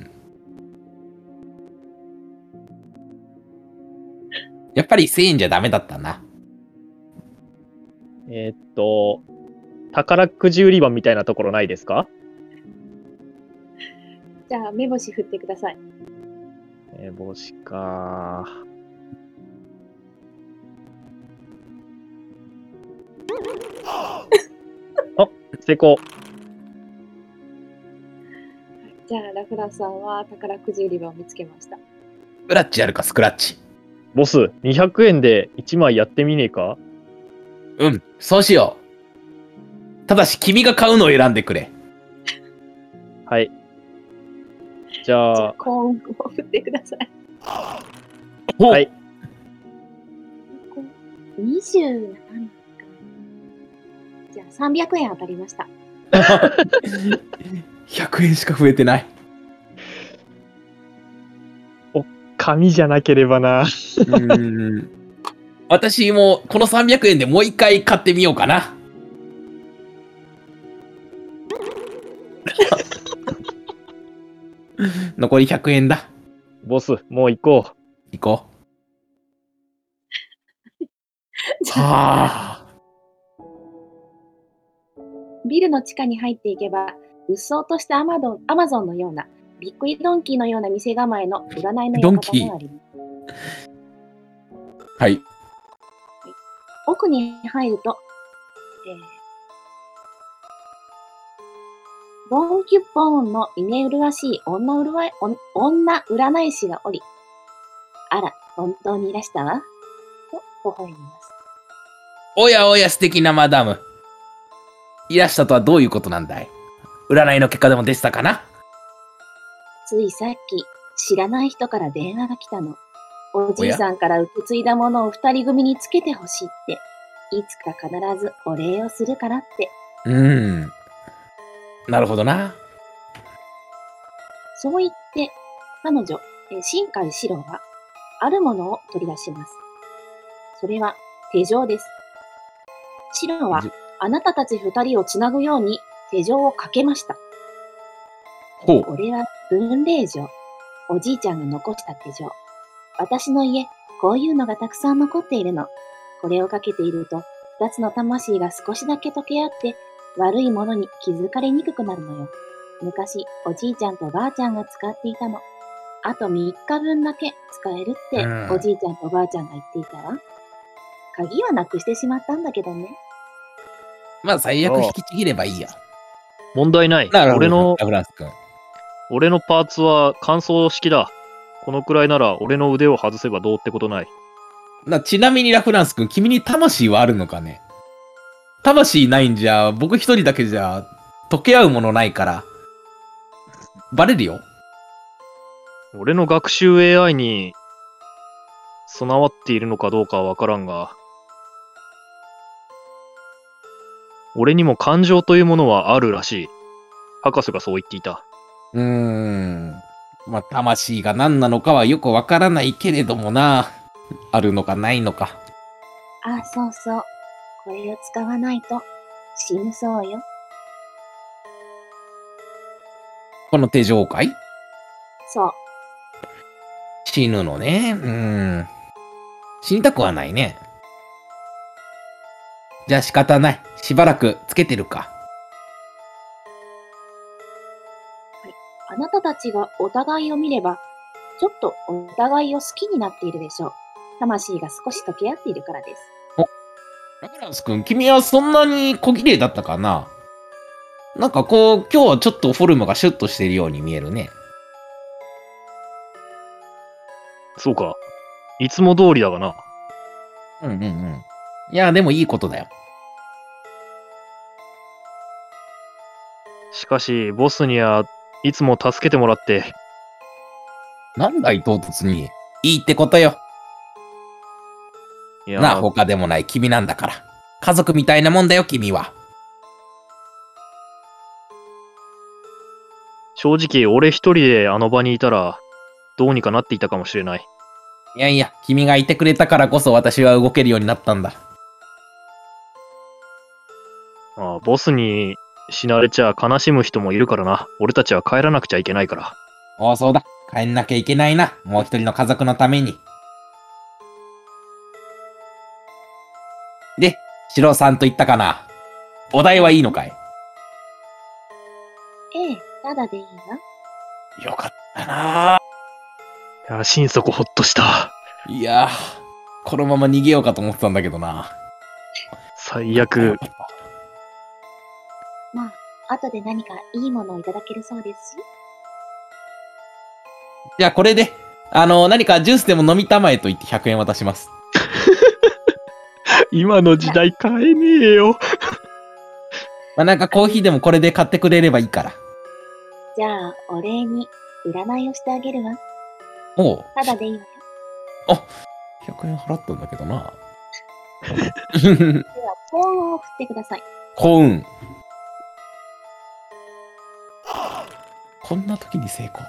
Speaker 2: ん。やっぱり1000円じゃダメだったな。
Speaker 3: えーっと、宝くじ売り場みたいなところないですか、
Speaker 4: じゃあ、目星振ってください。
Speaker 3: えー、帽子か。あ、成功。
Speaker 4: じゃあ、ラフランさんは宝くじ売り場を見つけました。
Speaker 2: スクラッチやるか、スクラッチ。
Speaker 3: ボス、200円で1枚やってみねえか
Speaker 2: うん、そうしよう。ただし、君が買うのを選んでくれ。
Speaker 3: はい。じ
Speaker 4: じ
Speaker 3: ゃ
Speaker 4: ゃあ、
Speaker 3: あ、
Speaker 4: 幸運を振ってください。
Speaker 3: はい。
Speaker 4: 27か。じゃあ、300円当たりました。
Speaker 2: 100円しか増えてない。
Speaker 3: 紙じゃなければな。
Speaker 2: 私も、この300円でもう一回買ってみようか な。残り100円だ。
Speaker 3: ボス、もう行こう。
Speaker 2: 行こう。
Speaker 4: じゃあ、
Speaker 2: はあ。
Speaker 4: ビルの地下に入っていけば、うっそうとしたアマドンアマゾンのような、びっくりドンキーのような店構えの占いの
Speaker 2: ドン
Speaker 4: 館
Speaker 2: キー
Speaker 4: があります。
Speaker 2: はい。
Speaker 4: 奥に入ると、えードン・キュッポーンの稲麗しい女うるわいおん女占い師がおり、あら、本当にいらしたわ。と、微笑みます。
Speaker 2: おやおや素敵なマダム。いらしたとはどういうことなんだい占いの結果でも出てたかな
Speaker 4: ついさっき、知らない人から電話が来たの。おじいさんから受け継いだものを二人組につけてほしいって。いつか必ずお礼をするからって。
Speaker 2: うん。なるほどな。
Speaker 4: そう言って、彼女、えー新海四郎は、あるものを取り出します。それは、手錠です。四郎は
Speaker 2: 手錠、
Speaker 4: あなたたち二人をつなぐように手錠をかけました。
Speaker 2: ほう。
Speaker 4: これは文礼錠。おじいちゃんが残した手錠。私の家、こういうのがたくさん残っているの。これをかけていると、二つの魂が少しだけ溶け合って、悪いものに気づかれにくくなるのよ。昔、おじいちゃんとばあちゃんが使っていたの。あと3日分だけ使えるって、
Speaker 2: うん
Speaker 4: おじいちゃんとばあちゃんが言っていたわ。鍵はなくしてしまったんだけどね。
Speaker 2: まあ最悪引きちぎればいいよ。
Speaker 3: 問題ない。
Speaker 2: なるほど。
Speaker 3: 俺の、
Speaker 2: ラフランス君。
Speaker 3: 俺のパーツは乾燥式だ。このくらいなら俺の腕を外せばどうってことない。
Speaker 2: なちなみにラフランス君、君に魂はあるのかね魂ないんじゃ、僕一人だけじゃ、溶け合うものないから。バレるよ。
Speaker 3: 俺の学習 AI に備わっているのかどうかはわからんが、俺にも感情というものはあるらしい。博士がそう言っていた。
Speaker 2: うーん。まあ、魂が何なのかはよくわからないけれどもな。あるのかないのか。
Speaker 4: あ、そうそう。これを使わないと死ぬそうよ。
Speaker 2: この手錠界
Speaker 4: そう。
Speaker 2: 死ぬのね。うん。死にたくはないね。じゃあ仕方ない。しばらくつけてるか。
Speaker 4: あなたたちがお互いを見れば、ちょっとお互いを好きになっているでしょう。魂が少し溶け合っているからです。
Speaker 2: ラミランス君、君はそんなに小綺麗だったかななんかこう、今日はちょっとフォルムがシュッとしてるように見えるね。
Speaker 3: そうか。いつも通りだがな。
Speaker 2: うんうんうん。いや、でもいいことだよ。
Speaker 3: しかし、ボスにはいつも助けてもらって、
Speaker 2: なんだい、唐突に。いいってことよ。
Speaker 3: いや
Speaker 2: なあ、他でもない君なんだから。家族みたいなもんだよ、君は。
Speaker 3: 正直俺一人であの場にいたら、どうにかなっていたかもしれない。
Speaker 2: いやいや、君がいてくれたからこそ私は動けるようになったんだ。
Speaker 3: ああボスに死なれちゃ悲しむ人もいるからな。俺たちは帰らなくちゃいけないから。
Speaker 2: おお、そうだ。帰んなきゃいけないな。もう一人の家族のために。で、シロさんと言ったかな。お題はいいのかい
Speaker 4: ええ、ただでいいな。
Speaker 2: よかったなあ
Speaker 3: いや、心底ほっとした。
Speaker 2: いやーこのまま逃げようかと思ってたんだけどな。
Speaker 3: 最悪。
Speaker 4: まあ、後で何かいいものをいただけるそうですし。
Speaker 2: じゃあこれで、あの、何かジュースでも飲みたまえと言って100円渡します。
Speaker 3: 今の時代買えねえよ。
Speaker 2: まあ、なんかコーヒーでもこれで買ってくれればいいから。
Speaker 4: じゃあ、お礼に占いをしてあげるわ。
Speaker 2: おう、
Speaker 4: ただでいいわよ。
Speaker 2: 100円払ったんだけど な。
Speaker 4: では、幸運を振ってください。
Speaker 2: 幸運。こんな時に成功かよ。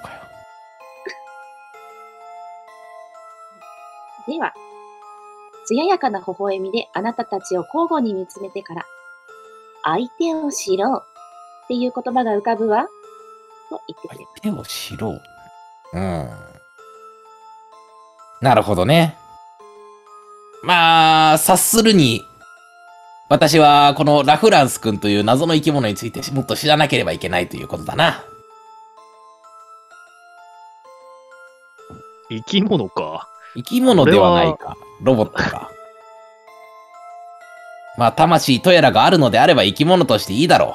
Speaker 4: では、艶やかな微笑みであなたたちを交互に見つめてから、相手を知ろうっていう言葉が浮かぶわ。と言ってくれます。
Speaker 2: 手を知ろう。うん。なるほどね。まあ、察するに、私はこのラフランス君という謎の生き物についてもっと知らなければいけないということだな。
Speaker 3: 生き物か。
Speaker 2: 生き物ではないか。ロボットか。まあ、魂とやらがあるのであれば生き物としていいだろ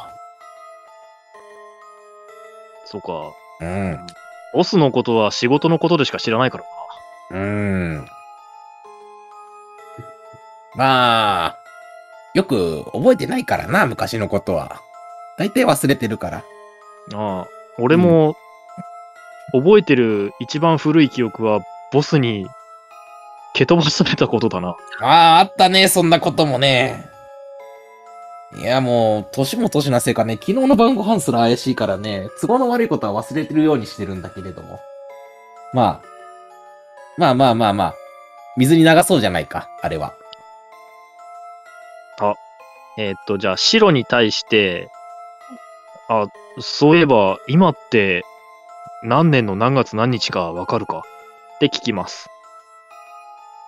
Speaker 3: そうか。
Speaker 2: う。うん。
Speaker 3: ボスのことは仕事のことでしか知らないからな。
Speaker 2: うん。まあ、よく覚えてないからな、昔のことは。大体忘れてるから。
Speaker 3: ああ、俺も、覚えてる一番古い記憶は、ボスに、蹴飛ばされたことだな。
Speaker 2: ああ、あったね、そんなこともね。いや、もう、年も年なせいかね、昨日の晩ご飯すら怪しいからね、都合の悪いことは忘れてるようにしてるんだけれども。まあ、まあまあまあまあ、水に流そうじゃないか、あれは。
Speaker 3: えーっと、じゃあ、白に対して、あ、そういえば、今って、何年の何月何日かわかるかって聞きます。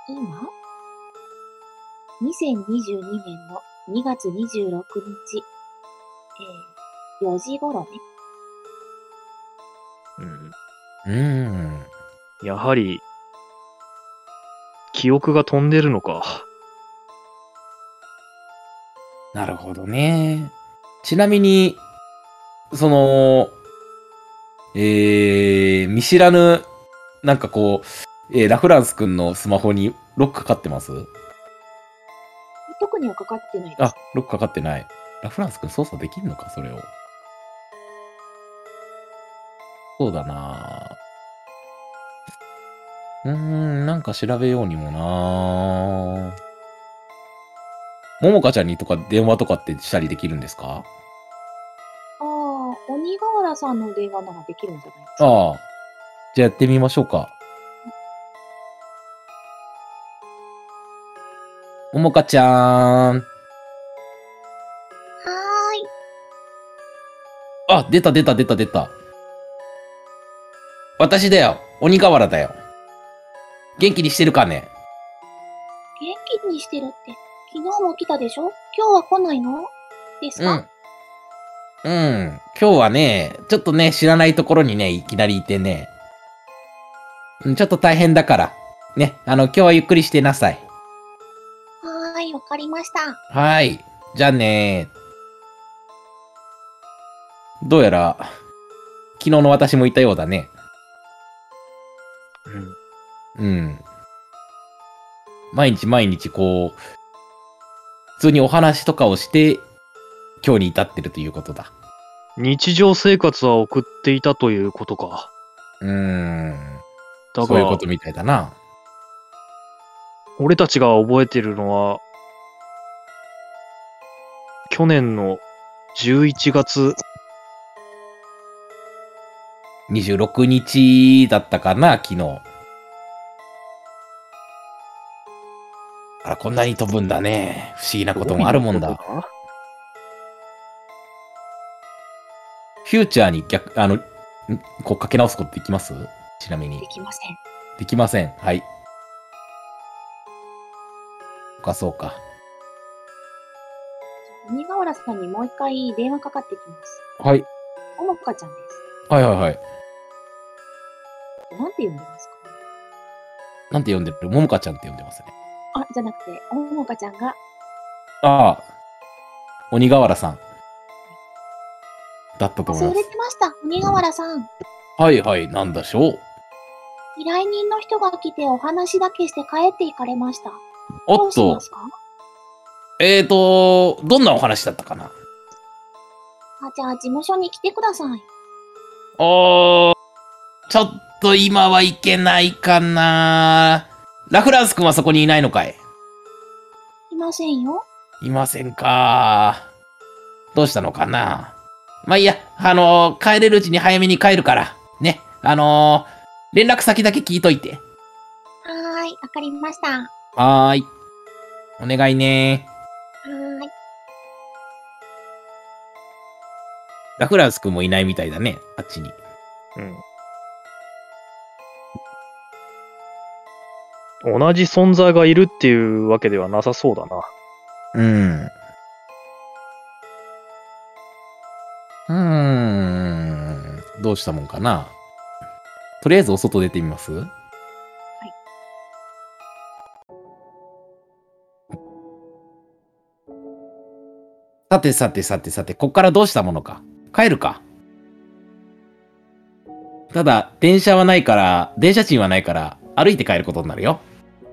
Speaker 4: 今 ?2022 年の2月26日、えー、4時頃ね。
Speaker 3: うん。
Speaker 2: うーん。
Speaker 3: やはり、記憶が飛んでるのか。
Speaker 2: なるほどね。ちなみに、その、えー、見知らぬ、なんかこう、えーラフランス君のスマホにロックかかってます
Speaker 4: 特にはかかってないです。
Speaker 2: あ、ロックかかってない。ラフランス君操作できるのか、それを。そうだなぁうーん、なんか調べようにもなぁももかちゃんにとか電話とかってしたりできるんですか
Speaker 4: ああ、鬼瓦さんの電話ならできるんじゃないですか。
Speaker 2: ああ。じゃあやってみましょうか。ももかちゃーん。あ、出た出た出た出た。私だよ。鬼瓦だよ。元気にしてるかね
Speaker 4: 元気にしてるって、昨日も来たでしょ今日は来ないのです
Speaker 2: う
Speaker 4: か、
Speaker 2: ん。うん。今日はね、ちょっとね、知らないところにね、いきなりいてね。うんちょっと大変だから。ね、あの、今日はゆっくりしてなさい。
Speaker 4: はーい、わかりました。
Speaker 2: はーい。じゃあねー。どうやら、昨日の私もいたようだね。
Speaker 3: うん
Speaker 2: うん。毎日毎日こう、普通にお話とかをして、今日に至ってるということだ。
Speaker 5: 日常生活は送っていたということか。
Speaker 2: うーん。
Speaker 5: だ
Speaker 2: そういうこ
Speaker 5: が、
Speaker 2: とみたいだな。
Speaker 5: 俺たちが覚えてるのは、去年の11月、
Speaker 2: 26日だったかな、昨日。あら、こんなに飛ぶんだね。不思議なこともあるもんだ。フューチャーに逆、あの、んこうかけ直すことできますちなみに
Speaker 4: で。きません。
Speaker 2: できません。はい。そうか、そうか。
Speaker 4: 鬼瓦さんにもう一回電話かかってきます。
Speaker 2: はい。
Speaker 4: ももかちゃんです。
Speaker 2: はいはいはい。
Speaker 4: なんて呼んでますか
Speaker 2: なんて呼んでるももかちゃんって呼んでますね。
Speaker 4: あ、じゃなくて、ももかちゃんが、
Speaker 2: ああ。鬼瓦さん。だったと思い
Speaker 4: 忘
Speaker 2: ま
Speaker 4: れ
Speaker 2: す。
Speaker 4: てました。鬼瓦さん。
Speaker 2: はいはい、なんでしょう。
Speaker 4: 依頼人の人が来てお話だけして帰っていかれました。ど
Speaker 2: お
Speaker 4: う
Speaker 2: っ
Speaker 4: しま
Speaker 2: と、
Speaker 4: すか
Speaker 2: えーと、どんなお話だったかな
Speaker 4: あ、じゃあ事務所に来てください。
Speaker 2: おー、ちょっと今はいけないかなラフランス君はそこにいないのかい
Speaker 4: いませんよ。
Speaker 2: いませんかどうしたのかなまあいいや、あのー帰れるうちに早めに帰るから。ね、あのー連絡先だけ聞いといて。
Speaker 4: はーい、わかりました。は
Speaker 2: はーい。お願いね
Speaker 4: ーい。
Speaker 2: ラフランス君もいないみたいだね、あっちに。
Speaker 3: うん。同じ存在がいるっていうわけではなさそうだな。
Speaker 2: うん。うーん。どうしたもんかな。とりあえずお外出てみますはいさてさてさてさて、こっからどうしたものか。帰るか。ただ、電車はないから、電車賃はないから、歩いて帰ることになるよ。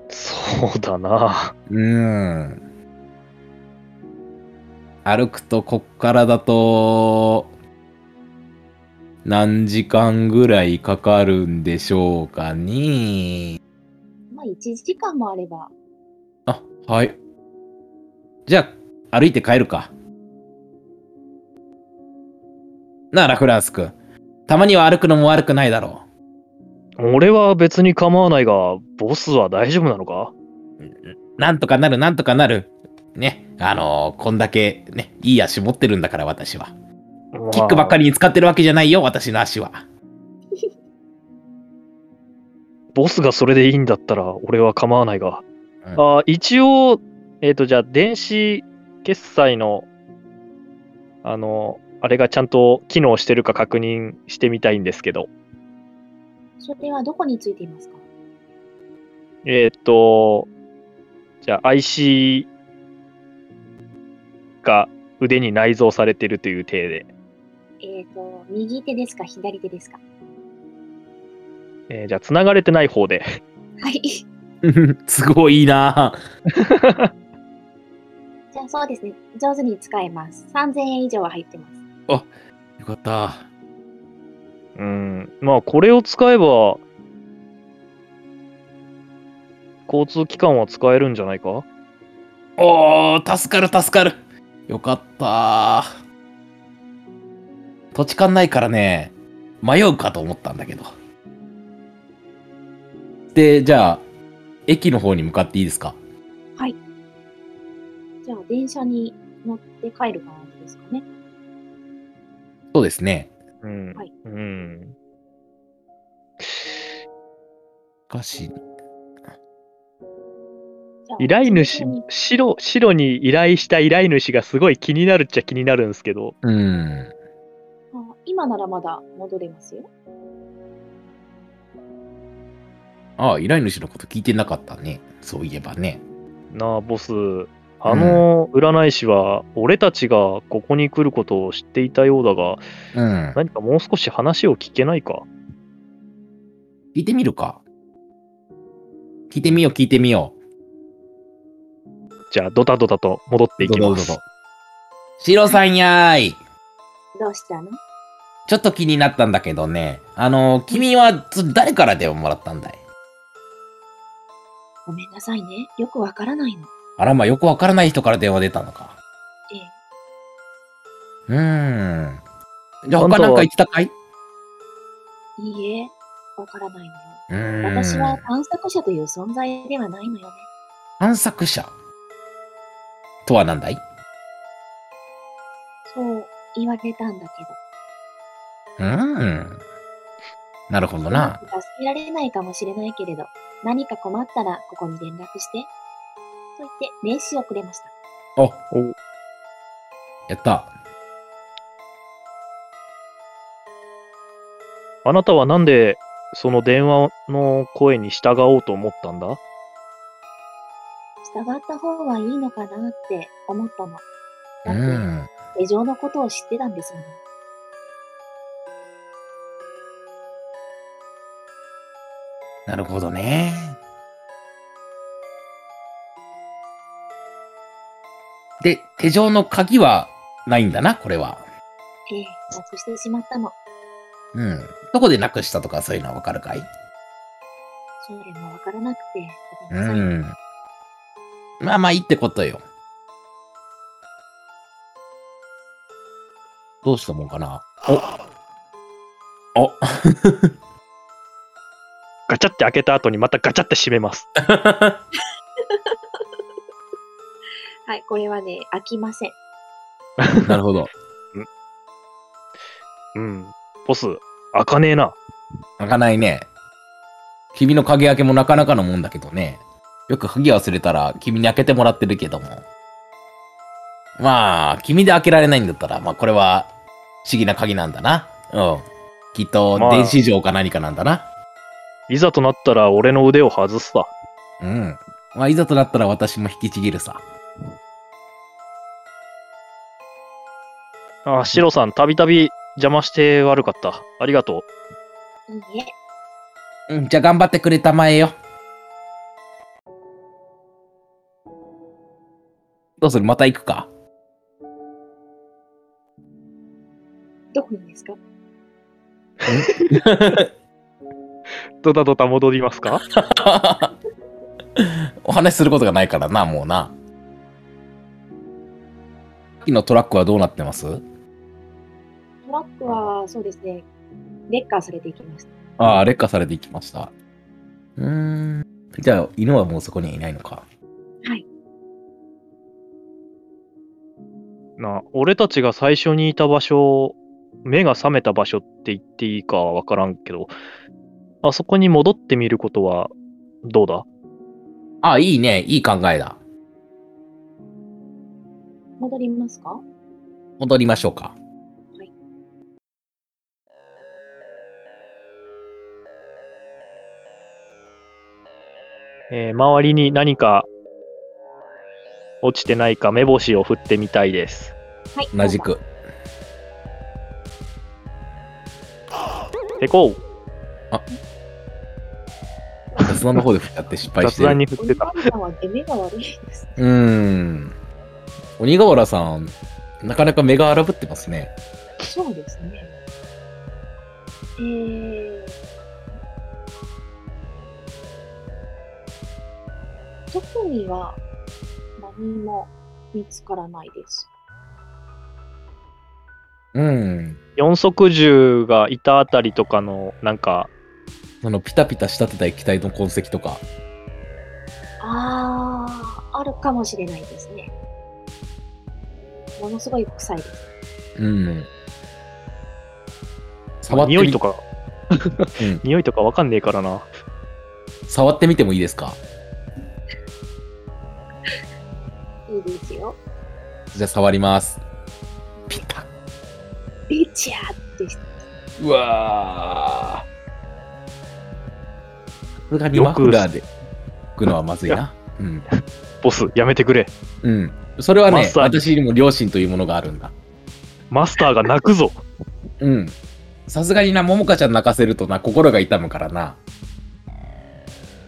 Speaker 3: そうだな。
Speaker 2: うーん。歩くとこっからだと、何時間ぐらいかかるんでしょうかね。
Speaker 4: まあ、1時間もあれば。
Speaker 2: あ、はい。じゃあ、歩いて帰るか。なあ、ラフランス君。たまには歩くのも悪くないだろ
Speaker 3: 俺は別に構わないが、ボスは大丈夫なのか
Speaker 2: う。なんとかなる、なんとかなる。ね、あのーこんだけ、ね、いい足持ってるんだから、私は。キックばっか
Speaker 3: り。
Speaker 2: りに使ってるわけじゃないよ、私の足は。
Speaker 3: ボスがそれでいいんだったら、俺は構わないが。
Speaker 2: うん
Speaker 3: あ一応、えっ、と、じゃあ、電子決済の、あの、あれがちゃんと機能してるか確認してみたいんですけど。
Speaker 4: それはどこについていますか
Speaker 3: えーっと、じゃあ IC が腕に内蔵されてるという体で、
Speaker 4: えっ、ー、と、右手ですか左手ですか
Speaker 3: えーじゃあ繋がれてない方で、
Speaker 4: はい。 じ
Speaker 2: すごいな
Speaker 4: ゃあ、そうですね。上手に使えます。3000円以上は入ってます。
Speaker 2: よかった。
Speaker 3: うん、まあこれを使えば、交通機関は使えるんじゃないか
Speaker 2: おー、助かる助かる。よかった。土地勘ないからね、迷うかと思ったんだけど。って、じゃあ、駅の方に向かっていいですか
Speaker 4: じゃあ、電車に乗って帰る感じですかね。
Speaker 2: そうですね。
Speaker 3: うん
Speaker 4: はい。
Speaker 3: うん。
Speaker 2: しかし、
Speaker 4: じゃあ
Speaker 3: 依頼主、白、白に依頼した依頼主がすごい気になるっちゃ気になるんですけど、
Speaker 2: うん。
Speaker 4: あ今ならまだ戻れますよ。
Speaker 2: ああ、依頼主のこと聞いてなかったね。そういえばね。
Speaker 3: なあ、ボス、あの占い師は、俺たちがここに来ることを知っていたようだが、
Speaker 2: うん。
Speaker 3: 何かもう少し話を聞けないか
Speaker 2: 聞いてみるか。聞いてみよう、聞いてみよう。
Speaker 3: じゃあ、ドタドタと戻っていき
Speaker 2: どうぞ
Speaker 3: ま
Speaker 2: どう
Speaker 3: す
Speaker 2: ぞ。。シロさんやーい。
Speaker 4: どうしたの
Speaker 2: ちょっと気になったんだけどね。あの、君はつ誰から電話もらったんだい
Speaker 4: ごめんなさいね。よくわからないの。
Speaker 2: あらまあ、よくわからない人から電話出たのか。
Speaker 4: え
Speaker 2: う
Speaker 4: え。
Speaker 2: ーん。じゃあ
Speaker 3: 本
Speaker 2: 他
Speaker 3: 当
Speaker 2: な
Speaker 3: は
Speaker 2: んか言ってたかいう
Speaker 4: いいえ、わからないのよ。
Speaker 2: ーん。
Speaker 4: 私は探索者という存在ではないのよね。
Speaker 2: 探索者とはなんだい
Speaker 4: そう言われたんだけど。
Speaker 2: うーん。なるほど
Speaker 4: う
Speaker 2: な
Speaker 4: ま。く助けられないかもしれないけれど、何か困ったらここに連絡して。と言って名刺をくれました。
Speaker 2: おやった。
Speaker 3: あなたはなんで、その電話の声に従おうと思ったんだ
Speaker 4: 従った方がいいのかなって思ったの。
Speaker 2: う
Speaker 4: だって、
Speaker 2: ん。
Speaker 4: 手錠のことを知ってたんですもの。
Speaker 2: なるほどね。で、手錠の鍵はないんだな、これは。
Speaker 4: ええ、なくしてしまったの。
Speaker 2: うん。どこでなくしたとかそういうのはわかるかい
Speaker 4: それもわからなくて、ご
Speaker 2: う
Speaker 4: めんなさい。
Speaker 2: ん。まあまあいいってことよ。どうしたもんかなおお
Speaker 3: ガチャって開けた後にまたガチャって閉めます。
Speaker 4: はい、これはね、飽きません。
Speaker 2: なるほど。
Speaker 3: うん。ボス、開かねえな。
Speaker 2: 開かないね。君の鍵開けもなかなかのもんだけどね。よく鍵忘れたら君に開けてもらってるけども。まあ、君で開けられないんだったら、まあこれは不思議な鍵なんだな。うん。きっと
Speaker 3: まあ
Speaker 2: 電子錠か何かなんだな。
Speaker 3: いざとなったら俺の腕を外すさ。
Speaker 2: うん。まあ、いざとなったら私も引きちぎるさ。
Speaker 3: ああ、シロさん、たびたび邪魔して悪かった。ありがと
Speaker 4: いいえ、
Speaker 2: うん、じゃあ頑張ってくれたまえよ。どうするまた行くか
Speaker 4: どこにですか
Speaker 3: う。ドタドタ戻りますか
Speaker 2: お話しすることがないからな、もうな。さっきのトラックはどうなってます
Speaker 4: トラックは、そうですね、レッカーされていきました。
Speaker 2: ああ、劣化されていきました。うーん。じゃあ、犬はもうそこにはいないのか。
Speaker 3: なあ、俺たちが最初にいた場所、目が覚めた場所って言っていいかわからんけど、あそこに戻ってみることはどうだ
Speaker 2: ああ、いいね。いい考えだ。
Speaker 4: 戻りますか
Speaker 2: 戻りましょうか。
Speaker 3: えー周りに何か落ちてないか目星を振ってみたいです。
Speaker 4: はい。
Speaker 2: 同じく。
Speaker 3: でこ
Speaker 2: 雑談の方で振っちゃって失
Speaker 3: う
Speaker 2: 敗して
Speaker 3: 雑
Speaker 2: る。
Speaker 3: 談に振っ
Speaker 4: お
Speaker 3: て
Speaker 4: 兄
Speaker 3: た。
Speaker 4: さんは出目が悪いです。
Speaker 2: うーん。鬼瓦さん、なかなか目が荒ぶってますね。
Speaker 4: そうですね。えー、特には何も見つからないです。
Speaker 2: うん。
Speaker 3: 四足獣がいたあたりとかのなんか
Speaker 2: あの、ピタピタ仕立てた液体の痕跡とか。
Speaker 4: ああ、あるかもしれないですね。ものすごい臭いです。
Speaker 2: うん。触ってみ
Speaker 3: 匂いとか、
Speaker 2: うん
Speaker 3: 匂いとかわかんねえからな。
Speaker 2: 触ってみてもいいですか
Speaker 4: いいですよ。
Speaker 2: じゃあ触ります。ピタ
Speaker 4: リチャーってして
Speaker 2: うわー。それがに
Speaker 3: よく
Speaker 2: マフラーで拭くのはまずいな。うん。
Speaker 3: ボス、やめてくれ。
Speaker 2: うん。それは
Speaker 3: マ
Speaker 2: ね
Speaker 3: ス、ター
Speaker 2: 私にも良心というものがあるんだ。
Speaker 3: マスターが泣くぞ。
Speaker 2: うん。さすがにな、ももかちゃん泣かせるとな、心が痛むから な。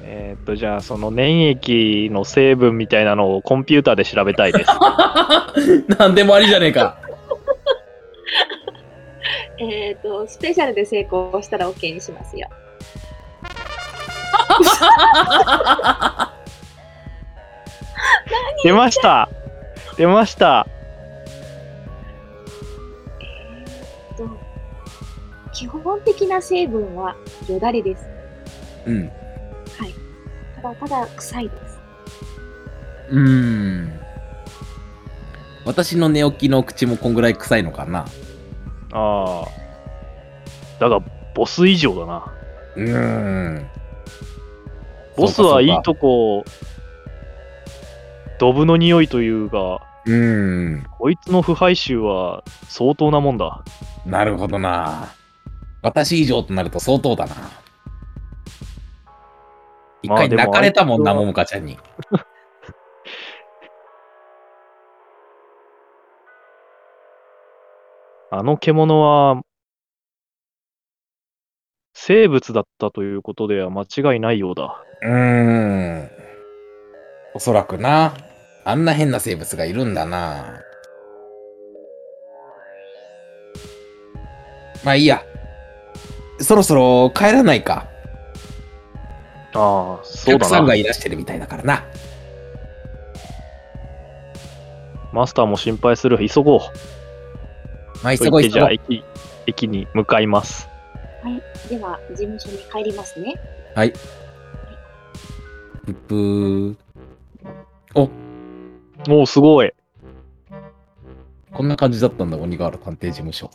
Speaker 3: えーっと、じゃあ、その粘液の成分みたいなのをコンピューターで調べた いです。
Speaker 2: なんでもありじゃねえか。
Speaker 4: えっ、と、スペシャルで成功したら OK にしますよ。
Speaker 3: 出ました出ました
Speaker 4: と基本的な成分はよだれです。
Speaker 2: うん。
Speaker 4: ただただ臭いです。
Speaker 2: うーん。私の寝起きの口もこんぐらい臭いのかな。
Speaker 3: ああ。だが、ボス以上だな。
Speaker 2: うーん。
Speaker 3: ボスはいいとこ、ドブの匂いというが、
Speaker 2: うーん。
Speaker 3: こいつの腐敗臭は相当なもんだ。
Speaker 2: なるほどな。私以上となると相当だな。一
Speaker 3: まあ
Speaker 2: 回
Speaker 3: でも
Speaker 2: 泣かれたもんな、
Speaker 3: あいつは
Speaker 2: ももかちゃんに。
Speaker 3: あの獣は、生物だったということでは間違いないようだ。
Speaker 2: うーん。おそらくな。あんな変な生物がいるんだな。まあいいや。そろそろ帰らないか。
Speaker 3: ああ、
Speaker 2: お
Speaker 3: そう
Speaker 2: 客さ
Speaker 3: だ
Speaker 2: んが
Speaker 3: な。
Speaker 2: いらしてるみたいだからな。
Speaker 3: マスターも心配する。急ごう。
Speaker 2: まあ
Speaker 3: と
Speaker 2: 急
Speaker 3: 言
Speaker 2: ご
Speaker 3: っ
Speaker 2: う
Speaker 3: て、
Speaker 2: 急ご
Speaker 3: じゃ
Speaker 2: う
Speaker 3: あ。駅、駅に向かいます。
Speaker 4: では、事務所に帰りますね。
Speaker 2: プップーお
Speaker 3: おお、すごい。
Speaker 2: こんな感じだったんだ、鬼瓦探偵事務所。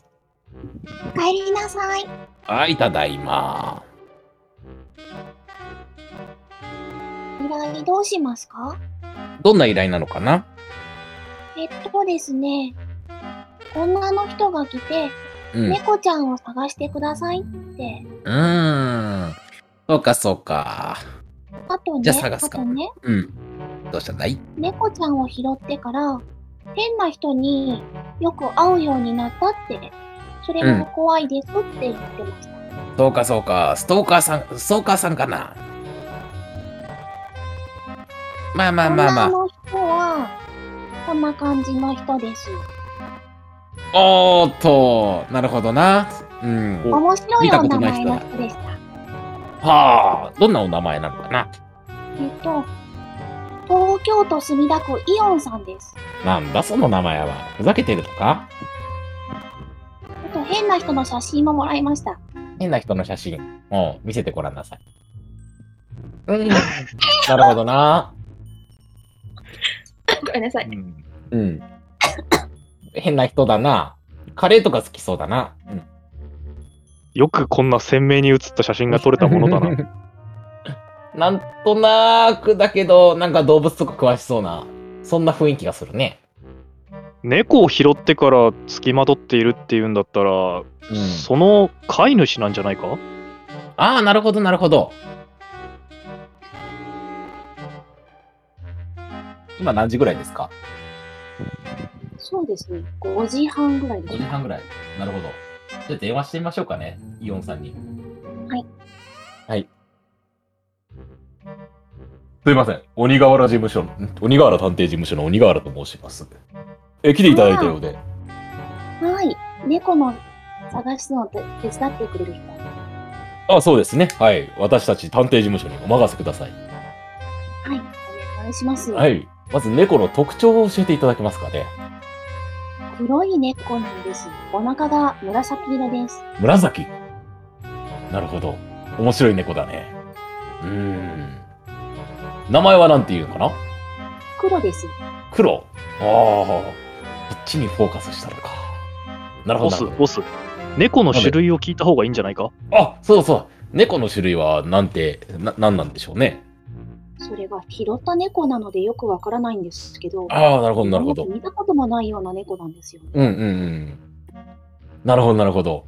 Speaker 4: お帰りなさい。
Speaker 2: はい、ただいま。
Speaker 4: 依頼どうしますか
Speaker 2: どんな依頼なのかな
Speaker 4: えっとですね、女の人が来て、
Speaker 2: うん。う
Speaker 4: 猫ちゃんを探してくださいって。
Speaker 2: ーん。そうか、そうか。
Speaker 4: あと
Speaker 2: じ
Speaker 4: ね
Speaker 2: ゃあ、探す
Speaker 4: あ
Speaker 2: か
Speaker 4: とね、
Speaker 2: うん。どうしたんだい
Speaker 4: 猫ちゃんを拾ってから、変な人によく会うようになったって、それが怖いですって言ってました。
Speaker 2: そうか、そうか。ストーカーさん、ストーカーさんかなまあまあまあま
Speaker 4: 女
Speaker 2: あ。
Speaker 4: の人は、こんな感じの人です。
Speaker 2: おーっと、なるほどな。うん。
Speaker 4: 面白い
Speaker 2: 見た
Speaker 4: お
Speaker 2: こと
Speaker 4: 名
Speaker 2: ない
Speaker 4: 前
Speaker 2: 人だ
Speaker 4: の人でした。
Speaker 2: はあ、どんなお名前なのかな
Speaker 4: えっと、東京都墨田区イオンさんです。
Speaker 2: なんだ、その名前は。ふざけてるとか
Speaker 4: あと変な人の写真ももらいました。
Speaker 2: 変な人の写真を見せてごらんなさい。うん。なるほどな。
Speaker 4: ごめんなさい。
Speaker 3: うん
Speaker 2: うん。変な人だな。カレーとか好きそうだな。うん。
Speaker 3: よくこんな鮮明に写った写真が撮れたもの だな。
Speaker 2: な。んとなくだけど、なんか動物とか詳しそうな、そんな雰囲気がするね。
Speaker 3: 猫を拾ってから付きまとっているっていうんだったら、
Speaker 2: うん。
Speaker 3: その飼い主なんじゃないか
Speaker 2: ああ、なるほど、なるほど。今何時ぐらいですか
Speaker 4: そうですね。5時半ぐらいで
Speaker 2: ?5
Speaker 4: す
Speaker 2: 時。半ぐらい。なるほど。じゃあ電話してみましょうかね、イオンさんに。
Speaker 4: はい。
Speaker 2: はい。すいません。鬼瓦事務所の、ん鬼瓦探偵事務所の鬼瓦と申します。え、来ていただいたようで。
Speaker 4: はい。猫の探すのを手手伝ってくれる人。
Speaker 2: あ、そうですね。はい。私たち探偵事務所にお任せください。
Speaker 4: はい。お願いします。
Speaker 2: はい。まず猫の特徴を教えていただけますかね。
Speaker 4: 黒い猫なんです。お腹が紫色です。
Speaker 2: 紫。なるほど。
Speaker 5: 面白い猫だね。うーん。名前はなんていうのかな
Speaker 4: 黒です。
Speaker 5: 黒。ああ。こっちにフォーカスしたのか。なるほ
Speaker 3: ボ
Speaker 5: どな
Speaker 3: ス
Speaker 5: るほど。
Speaker 3: ボス猫の種類を聞いた方がいいんじゃないか
Speaker 5: あ、そうそう。猫の種類はなんて、な、なんなんでしょうね。
Speaker 4: それが拾った猫なのでよくわからないんですけど、
Speaker 5: ああ、なるほど、なるほど。
Speaker 4: 見たこともないような猫なんですよね。
Speaker 5: うんうんうん。なるほど、なるほど。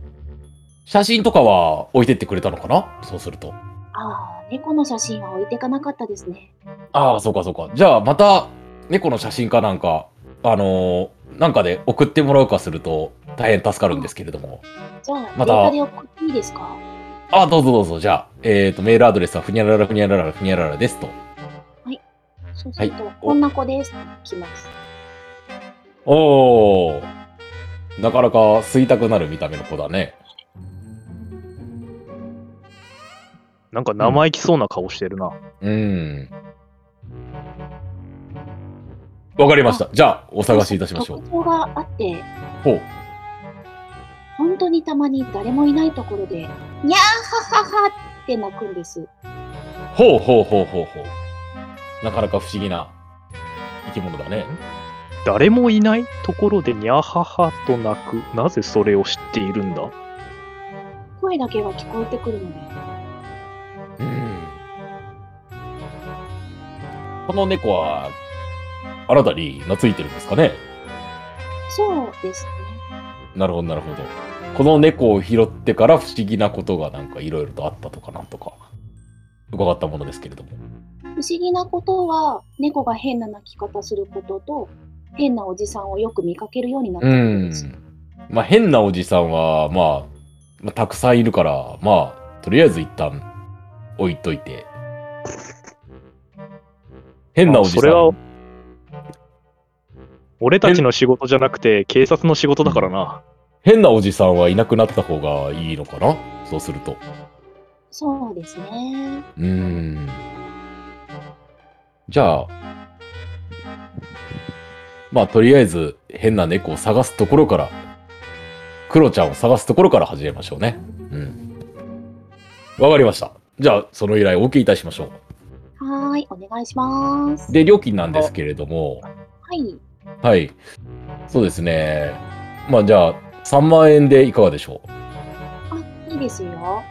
Speaker 5: 写真とかは置いてってくれたのかなそうすると。
Speaker 4: ああ、猫の写真は置いていかなかったですね。
Speaker 5: ああ、そうかそうか。じゃあまた猫の写真かなんか、あのーなんかで送ってもらうかすると大変助かるんですけれども。
Speaker 4: じゃあ、
Speaker 5: ま
Speaker 4: データ
Speaker 5: た
Speaker 4: で送っていいですか
Speaker 5: ああ、どうぞどうぞ。じゃあ、えっ、と、メールアドレスはふにゃららふにゃららふにゃららですと。
Speaker 4: そうすると、
Speaker 5: はい
Speaker 4: こんな子です。来ます。
Speaker 5: おお。なかなか吸いたくなる見た目の子だね。
Speaker 3: なんか生意気そうな顔してるな、
Speaker 5: うん。わかりました。じゃあ、お探しいたしましょう。
Speaker 4: 特徴があって、
Speaker 5: ほう。
Speaker 4: 本当にたまに誰もいないところで、にゃーはははって鳴くんです。
Speaker 5: ほうほうほうほうほう。なかなか不思議な生き物だね。
Speaker 3: 誰もいないところでニャハハと泣くなぜそれを知っているんだ
Speaker 4: 声だけが聞こえてくるので、
Speaker 5: うん。この猫は、あなたに懐いてるんですかね
Speaker 4: そうですね。
Speaker 5: なるほど、なるほど。この猫を拾ってから不思議なことがなんかいろいろとあったとかなんとか、伺ったものですけれども。
Speaker 4: 不思議なことは、猫が変な鳴き方することと、変なおじさんをよく見かけるようになった
Speaker 5: う
Speaker 4: ことで
Speaker 5: ん
Speaker 4: す。。
Speaker 5: まあ変なおじさんは、まあ、まあ、たくさんいるから、まあ、とりあえず一旦置いといて。変なおじさん。
Speaker 3: それは俺たちの仕事じゃなくて警察の仕事だからな、
Speaker 5: 変なおじさんはいなくなった方がいいのかなそうすると。
Speaker 4: そうですね。
Speaker 5: うーん。じゃあ、まあとりあえず変な猫を探すところから、クロちゃんを探すところから始めましょうね。うん。わかりました。じゃあその依頼をお受けいたしましょ
Speaker 4: はーい、お願いします。
Speaker 5: う。で、料金なんですけれども、
Speaker 4: はい、
Speaker 5: はい。そうですね。まあじゃあ3万円でいかがでしょう
Speaker 4: あ、いいですよ。お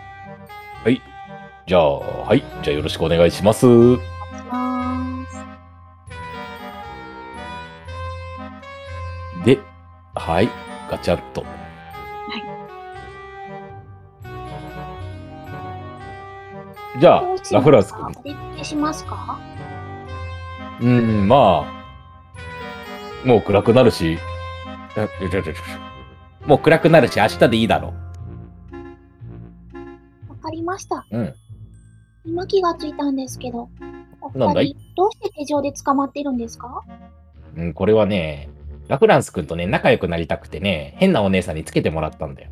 Speaker 5: じゃあ、はい。じゃあよろしくお願いします。
Speaker 4: 願いします。
Speaker 5: で、はい、ガチャッと。じゃあ
Speaker 4: どう、しますか
Speaker 5: ラフランス君。
Speaker 4: お出かけしますか
Speaker 5: うん、まあ、もう暗くなるし、あちょちょちょちょもう暗くなるし、明日でいいだろ
Speaker 4: わかりました。
Speaker 5: う。うん。
Speaker 4: 今気がついたんですけど、お
Speaker 5: なんだ
Speaker 4: 二
Speaker 5: い
Speaker 4: 人、どうして手錠で捕まってるんですか
Speaker 5: うん、これはね、ラフランス君とね、仲良くなりたくてね、変なお姉さんにつけてもらったんだよ。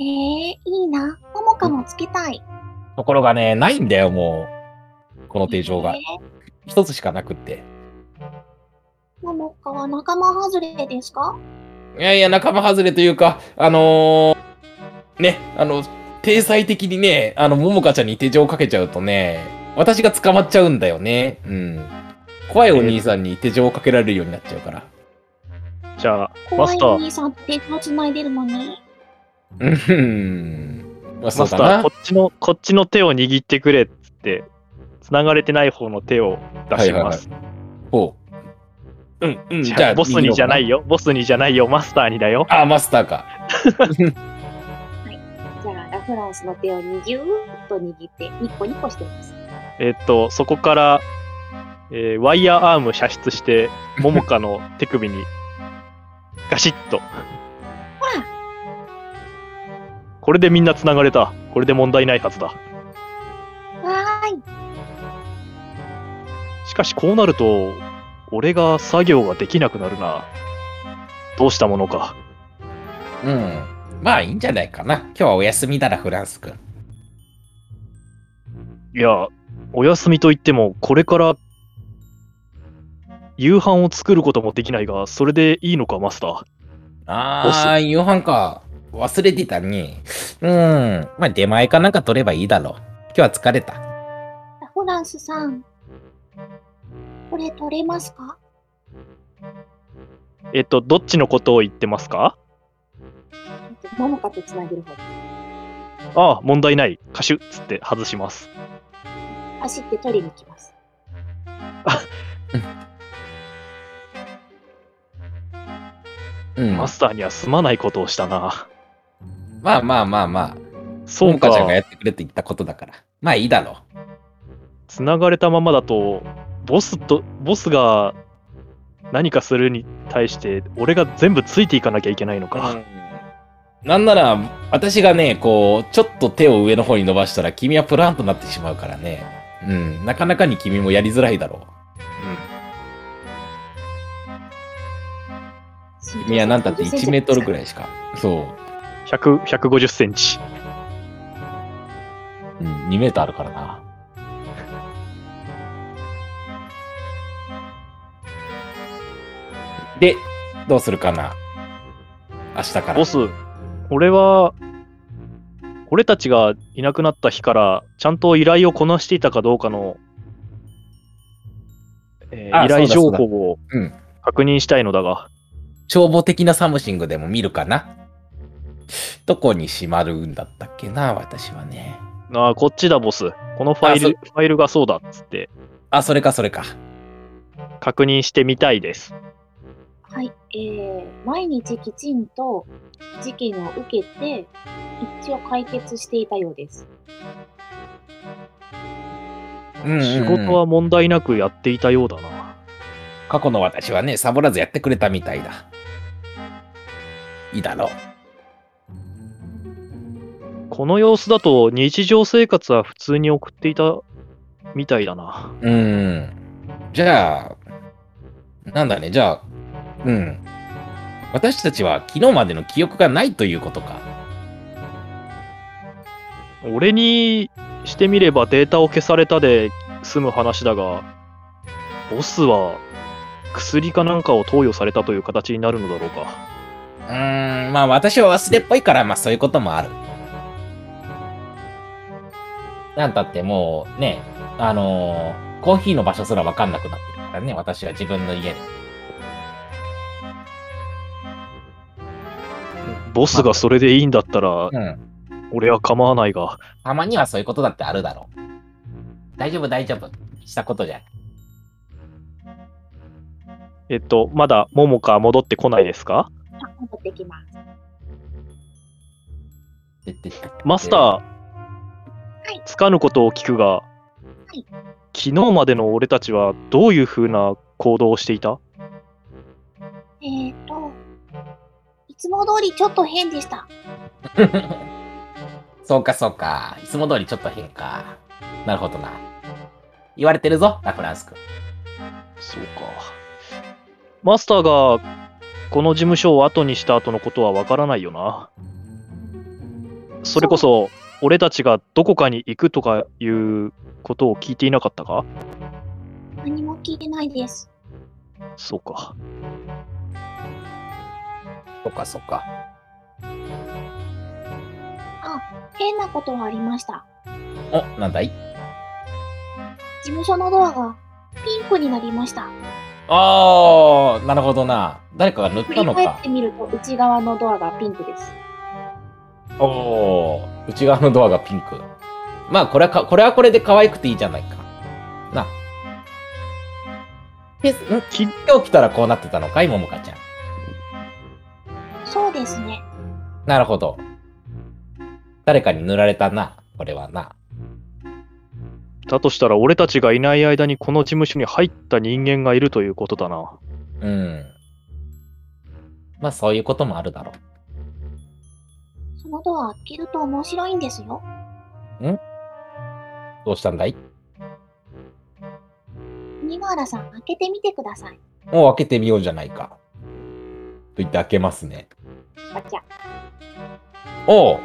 Speaker 4: ええいいな。ももかもつけたい。
Speaker 5: ところがね、ないんだよ、もう。この手錠が
Speaker 4: え。
Speaker 5: 一つしかなくって。
Speaker 4: ーももかは仲間外れですか
Speaker 5: いやいや、仲間外れというか、あのーね、あの、体裁的にね、あの、ももかちゃんに手錠をかけちゃうとね、私が捕まっちゃうんだよね。うん。怖いお兄さんに手錠をかけられるようになっちゃうから。
Speaker 3: じゃあマ
Speaker 4: 怖
Speaker 3: ス
Speaker 4: い
Speaker 3: タ
Speaker 4: お
Speaker 3: ー
Speaker 4: 兄さんって手錠つないでるのに。
Speaker 5: うふん。まあ、そ
Speaker 3: マ
Speaker 5: う
Speaker 3: スタ
Speaker 5: だ
Speaker 3: ー
Speaker 5: な。
Speaker 3: こっちのこっちの手を握ってくれっつって繋がれてない方の手を出します、
Speaker 5: ほう。うん、うん、
Speaker 3: じゃあボスにじゃない
Speaker 5: よ。
Speaker 3: よボスにじゃないよマスターにだよ
Speaker 5: あ、マスターか。
Speaker 4: じゃあ、ラフランスの手をにぎゅーっと握って、ニッコニコしてます。
Speaker 3: えっとそこから、えーワイヤーアーム射出してモモカの手首 にガシッとこれでみんな繋がれたこれで問題ないはずだ
Speaker 4: わーい。
Speaker 3: しかしこうなると俺が作業ができなくなるなどうしたものか
Speaker 5: うん。まあ、いいんじゃないかな。今日はお休みだな、フランス君。
Speaker 3: いやお休みといってもこれから夕飯を作ることもできないがそれでいいのかマスター
Speaker 5: あー、夕飯か。
Speaker 2: 忘れてたね。うーん。まあ、出前かなんか取ればいいだろう。今日は疲れた。
Speaker 4: ラフランスさん、これ取れますか
Speaker 3: えっと、どっちのことを言ってますか
Speaker 4: モモカとつなげる方。
Speaker 3: ああ、問題ない。歌手っつって外します。
Speaker 4: 走って取りに行きます。
Speaker 2: うん。
Speaker 3: マスターにはすまないことをしたな。
Speaker 2: まあまあまあまあ。
Speaker 3: そう
Speaker 2: ももちゃん
Speaker 3: か
Speaker 2: が。やってくれって言ったことだから。まあいいだろ
Speaker 3: つながれたままだと、ボスと、ボスが何かするに対して、俺が全部ついていかなきゃいけないの
Speaker 2: う。
Speaker 3: か。
Speaker 2: なんなら、私がね、こう、ちょっと手を上の方に伸ばしたら、君はプランとなってしまうからね。うん。なかなかに君もやりづらいだろう。君はなんたって1メートルぐ
Speaker 4: い。
Speaker 2: らいしか。そ
Speaker 3: 100 150センチ。
Speaker 2: う。うん。2メートルあるからな。で、どうするかな明日から
Speaker 3: ボ。ス、俺は、俺たちがいなくなった日から、ちゃんと依頼をこなしていたかどうかの、えー
Speaker 2: あ
Speaker 3: 依頼
Speaker 2: そ
Speaker 3: 情
Speaker 2: うだ
Speaker 3: 報を
Speaker 2: うん
Speaker 3: 確認したいのだが、
Speaker 2: 帳簿的なサムシングでも見るかなどこにしまるんだったっけな私はね。
Speaker 3: ああ、こっちだ、ボス。このファ
Speaker 2: あ
Speaker 3: イル、ファイルがそうだっつって、
Speaker 2: あ、それかそれか。
Speaker 3: 確認してみたいです。
Speaker 4: はい、えー、毎日きちんと事件を受けて、一応解決していたようです。
Speaker 2: うんうんうん
Speaker 3: 仕事は問題なくやっていたようだな。
Speaker 2: 過去の私はね、サボらずやってくれたみたいだ。いいだろう。
Speaker 3: この様子だと、日常生活は普通に送っていたみたいだな。
Speaker 2: うん。じゃあ、なんだね、じゃあ、うん。私たちは昨日までの記憶がないということか。
Speaker 3: 俺にしてみればデータを消されたで済む話だが、ボスは薬かなんかを投与されたという形になるのだろうか。
Speaker 2: うーん、まあ私は忘れっぽいから、まあそういうこともある。なんたってもうね、あのーコーヒーの場所すらわかんなくなってるからね、私は自分の家で。
Speaker 3: ボスがそれでいいんだったら、
Speaker 2: うん。
Speaker 3: 俺は構わないが、
Speaker 2: たまにはそういうことだってあるだろう。大丈夫、大丈夫。したことじゃない。
Speaker 3: えっと、まだモモカ戻ってこないですか
Speaker 4: あ、戻ってきます。
Speaker 2: 出てきた
Speaker 3: マスター、
Speaker 4: い
Speaker 3: つかぬことを聞くが、
Speaker 4: い
Speaker 3: 昨日までの俺たちはどういうふうな行動をしていた
Speaker 4: えーと、いつも通りちょっと変でした。
Speaker 2: そうか、そうか。いつも通りちょっと変か。なるほどな。言われてるぞ、ラフランス君。
Speaker 3: そうか。マスターがこの事務所を後にした後のことはわからないよな。それこそ、俺たちがどこかに行くとかいうことを聞いていなかったか
Speaker 4: 何も聞いてないです。
Speaker 3: そうか。
Speaker 2: そうか、そうか。
Speaker 4: 変なことがありました。
Speaker 2: お、なんだい
Speaker 4: 事務所のドアがピンクになりました。
Speaker 2: ああ、なるほどな。誰かが塗っ
Speaker 4: 振
Speaker 2: た
Speaker 4: り
Speaker 2: の
Speaker 4: 返
Speaker 2: か
Speaker 4: っ。てみると内側のドアがピンクです。
Speaker 2: おおー、内側のドアがピンク。まあ、これはか、これはこれで可愛くていいじゃないか。な。で、んき今日来たらこうなってたのかい、ももかちゃん。
Speaker 4: そうですね。
Speaker 2: なるほど。誰かに塗られたな、これはな。
Speaker 3: だとしたら俺たちがいない間にこの事務所に入った人間がいるということだな。
Speaker 2: うん。まあ、そういうこともあるだろ
Speaker 4: そのドア開けると面白いんですよ。
Speaker 2: う。どうしたんだい
Speaker 4: 鬼ヶ原さん開けてみてください。
Speaker 2: もう開けてみようじゃないか。と言って開けますね。
Speaker 4: ガチャ。
Speaker 2: おう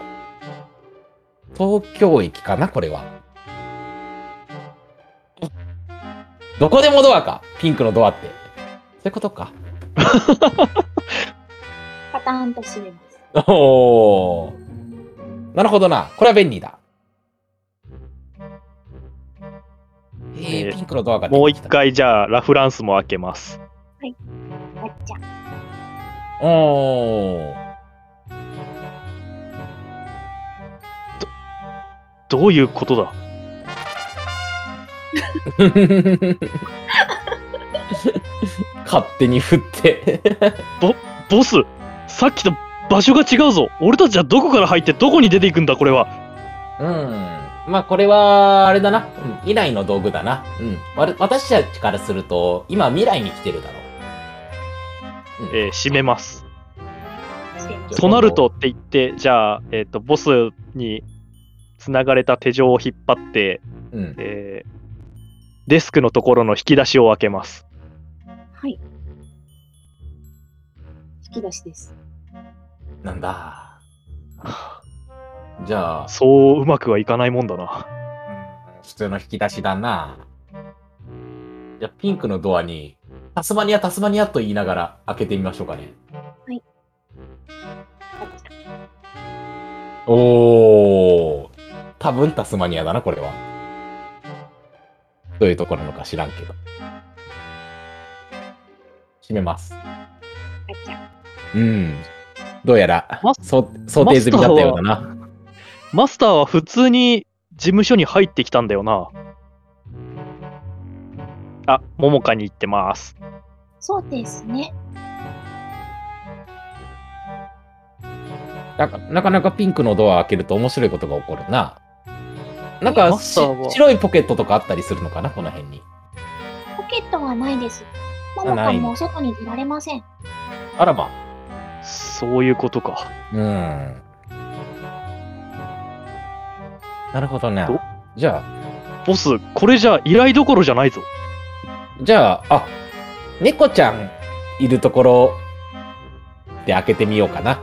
Speaker 2: 東京駅かなこれは。どこでもドアかピンクのドアって。そういうことか。
Speaker 4: パターンと閉めます。
Speaker 5: おーなるほどな。これは便利だ。えー
Speaker 3: えー
Speaker 5: ピンクのドアが出
Speaker 3: もう
Speaker 5: てき
Speaker 3: 一
Speaker 5: た。
Speaker 3: 回じゃあラフランスも開けます。
Speaker 4: ガッチャ。
Speaker 5: おー
Speaker 3: どういうことだ
Speaker 5: 勝手に振って。
Speaker 3: ボスさっきと場所が違うぞ俺たちはどこから入ってどこに出ていくんだこれは
Speaker 5: うん。まあこれは、あれだな。うん。未来の道具だな。うん。わ私たちからすると、今未来に来てるだろ
Speaker 3: えー、閉めます。
Speaker 5: う。
Speaker 3: となるとって言って、じゃあ、えっ、と、ボスに繋がれた手錠を引っ張って、
Speaker 5: うん。
Speaker 3: えーデスクのところの引き出しを開けます。
Speaker 4: はい。引き出しです。
Speaker 5: なんだ。 じゃあ、
Speaker 3: そううまくはいかないもんだな。
Speaker 5: うん普通の引き出しだな。じゃあ、ピンクのドアに、タスマニア、タスマニアと言いながら開けてみましょうかね。
Speaker 4: ガッチャ。
Speaker 5: おー。多分タスマニアだな、これは。どういうとこなのか知らんけど。閉めます。
Speaker 4: ガッチャ。
Speaker 5: うん。どうやら
Speaker 3: マ、ス
Speaker 5: そう想定済みだったようだな。
Speaker 3: マスターは普通に事務所に入ってきたんだよな。あ、モモカに行ってます。
Speaker 4: そうですね。
Speaker 5: なんかなかなかピンクのドア開けると面白いことが起こるな。なんか
Speaker 3: マ、ス
Speaker 5: し
Speaker 3: ターは
Speaker 5: 白いポケットとかあったりするのかな、この辺に。
Speaker 4: ポケットはないです。もも
Speaker 5: な
Speaker 4: か
Speaker 5: い
Speaker 4: もお外に出られません。
Speaker 5: あらま。
Speaker 3: そういうことか。
Speaker 5: うん。なるほどね
Speaker 3: ど。
Speaker 5: じゃあ、
Speaker 3: ボス、これじゃ依頼どころじゃないぞ。
Speaker 5: じゃあ、あ、猫ちゃんいるところで開けてみようかな。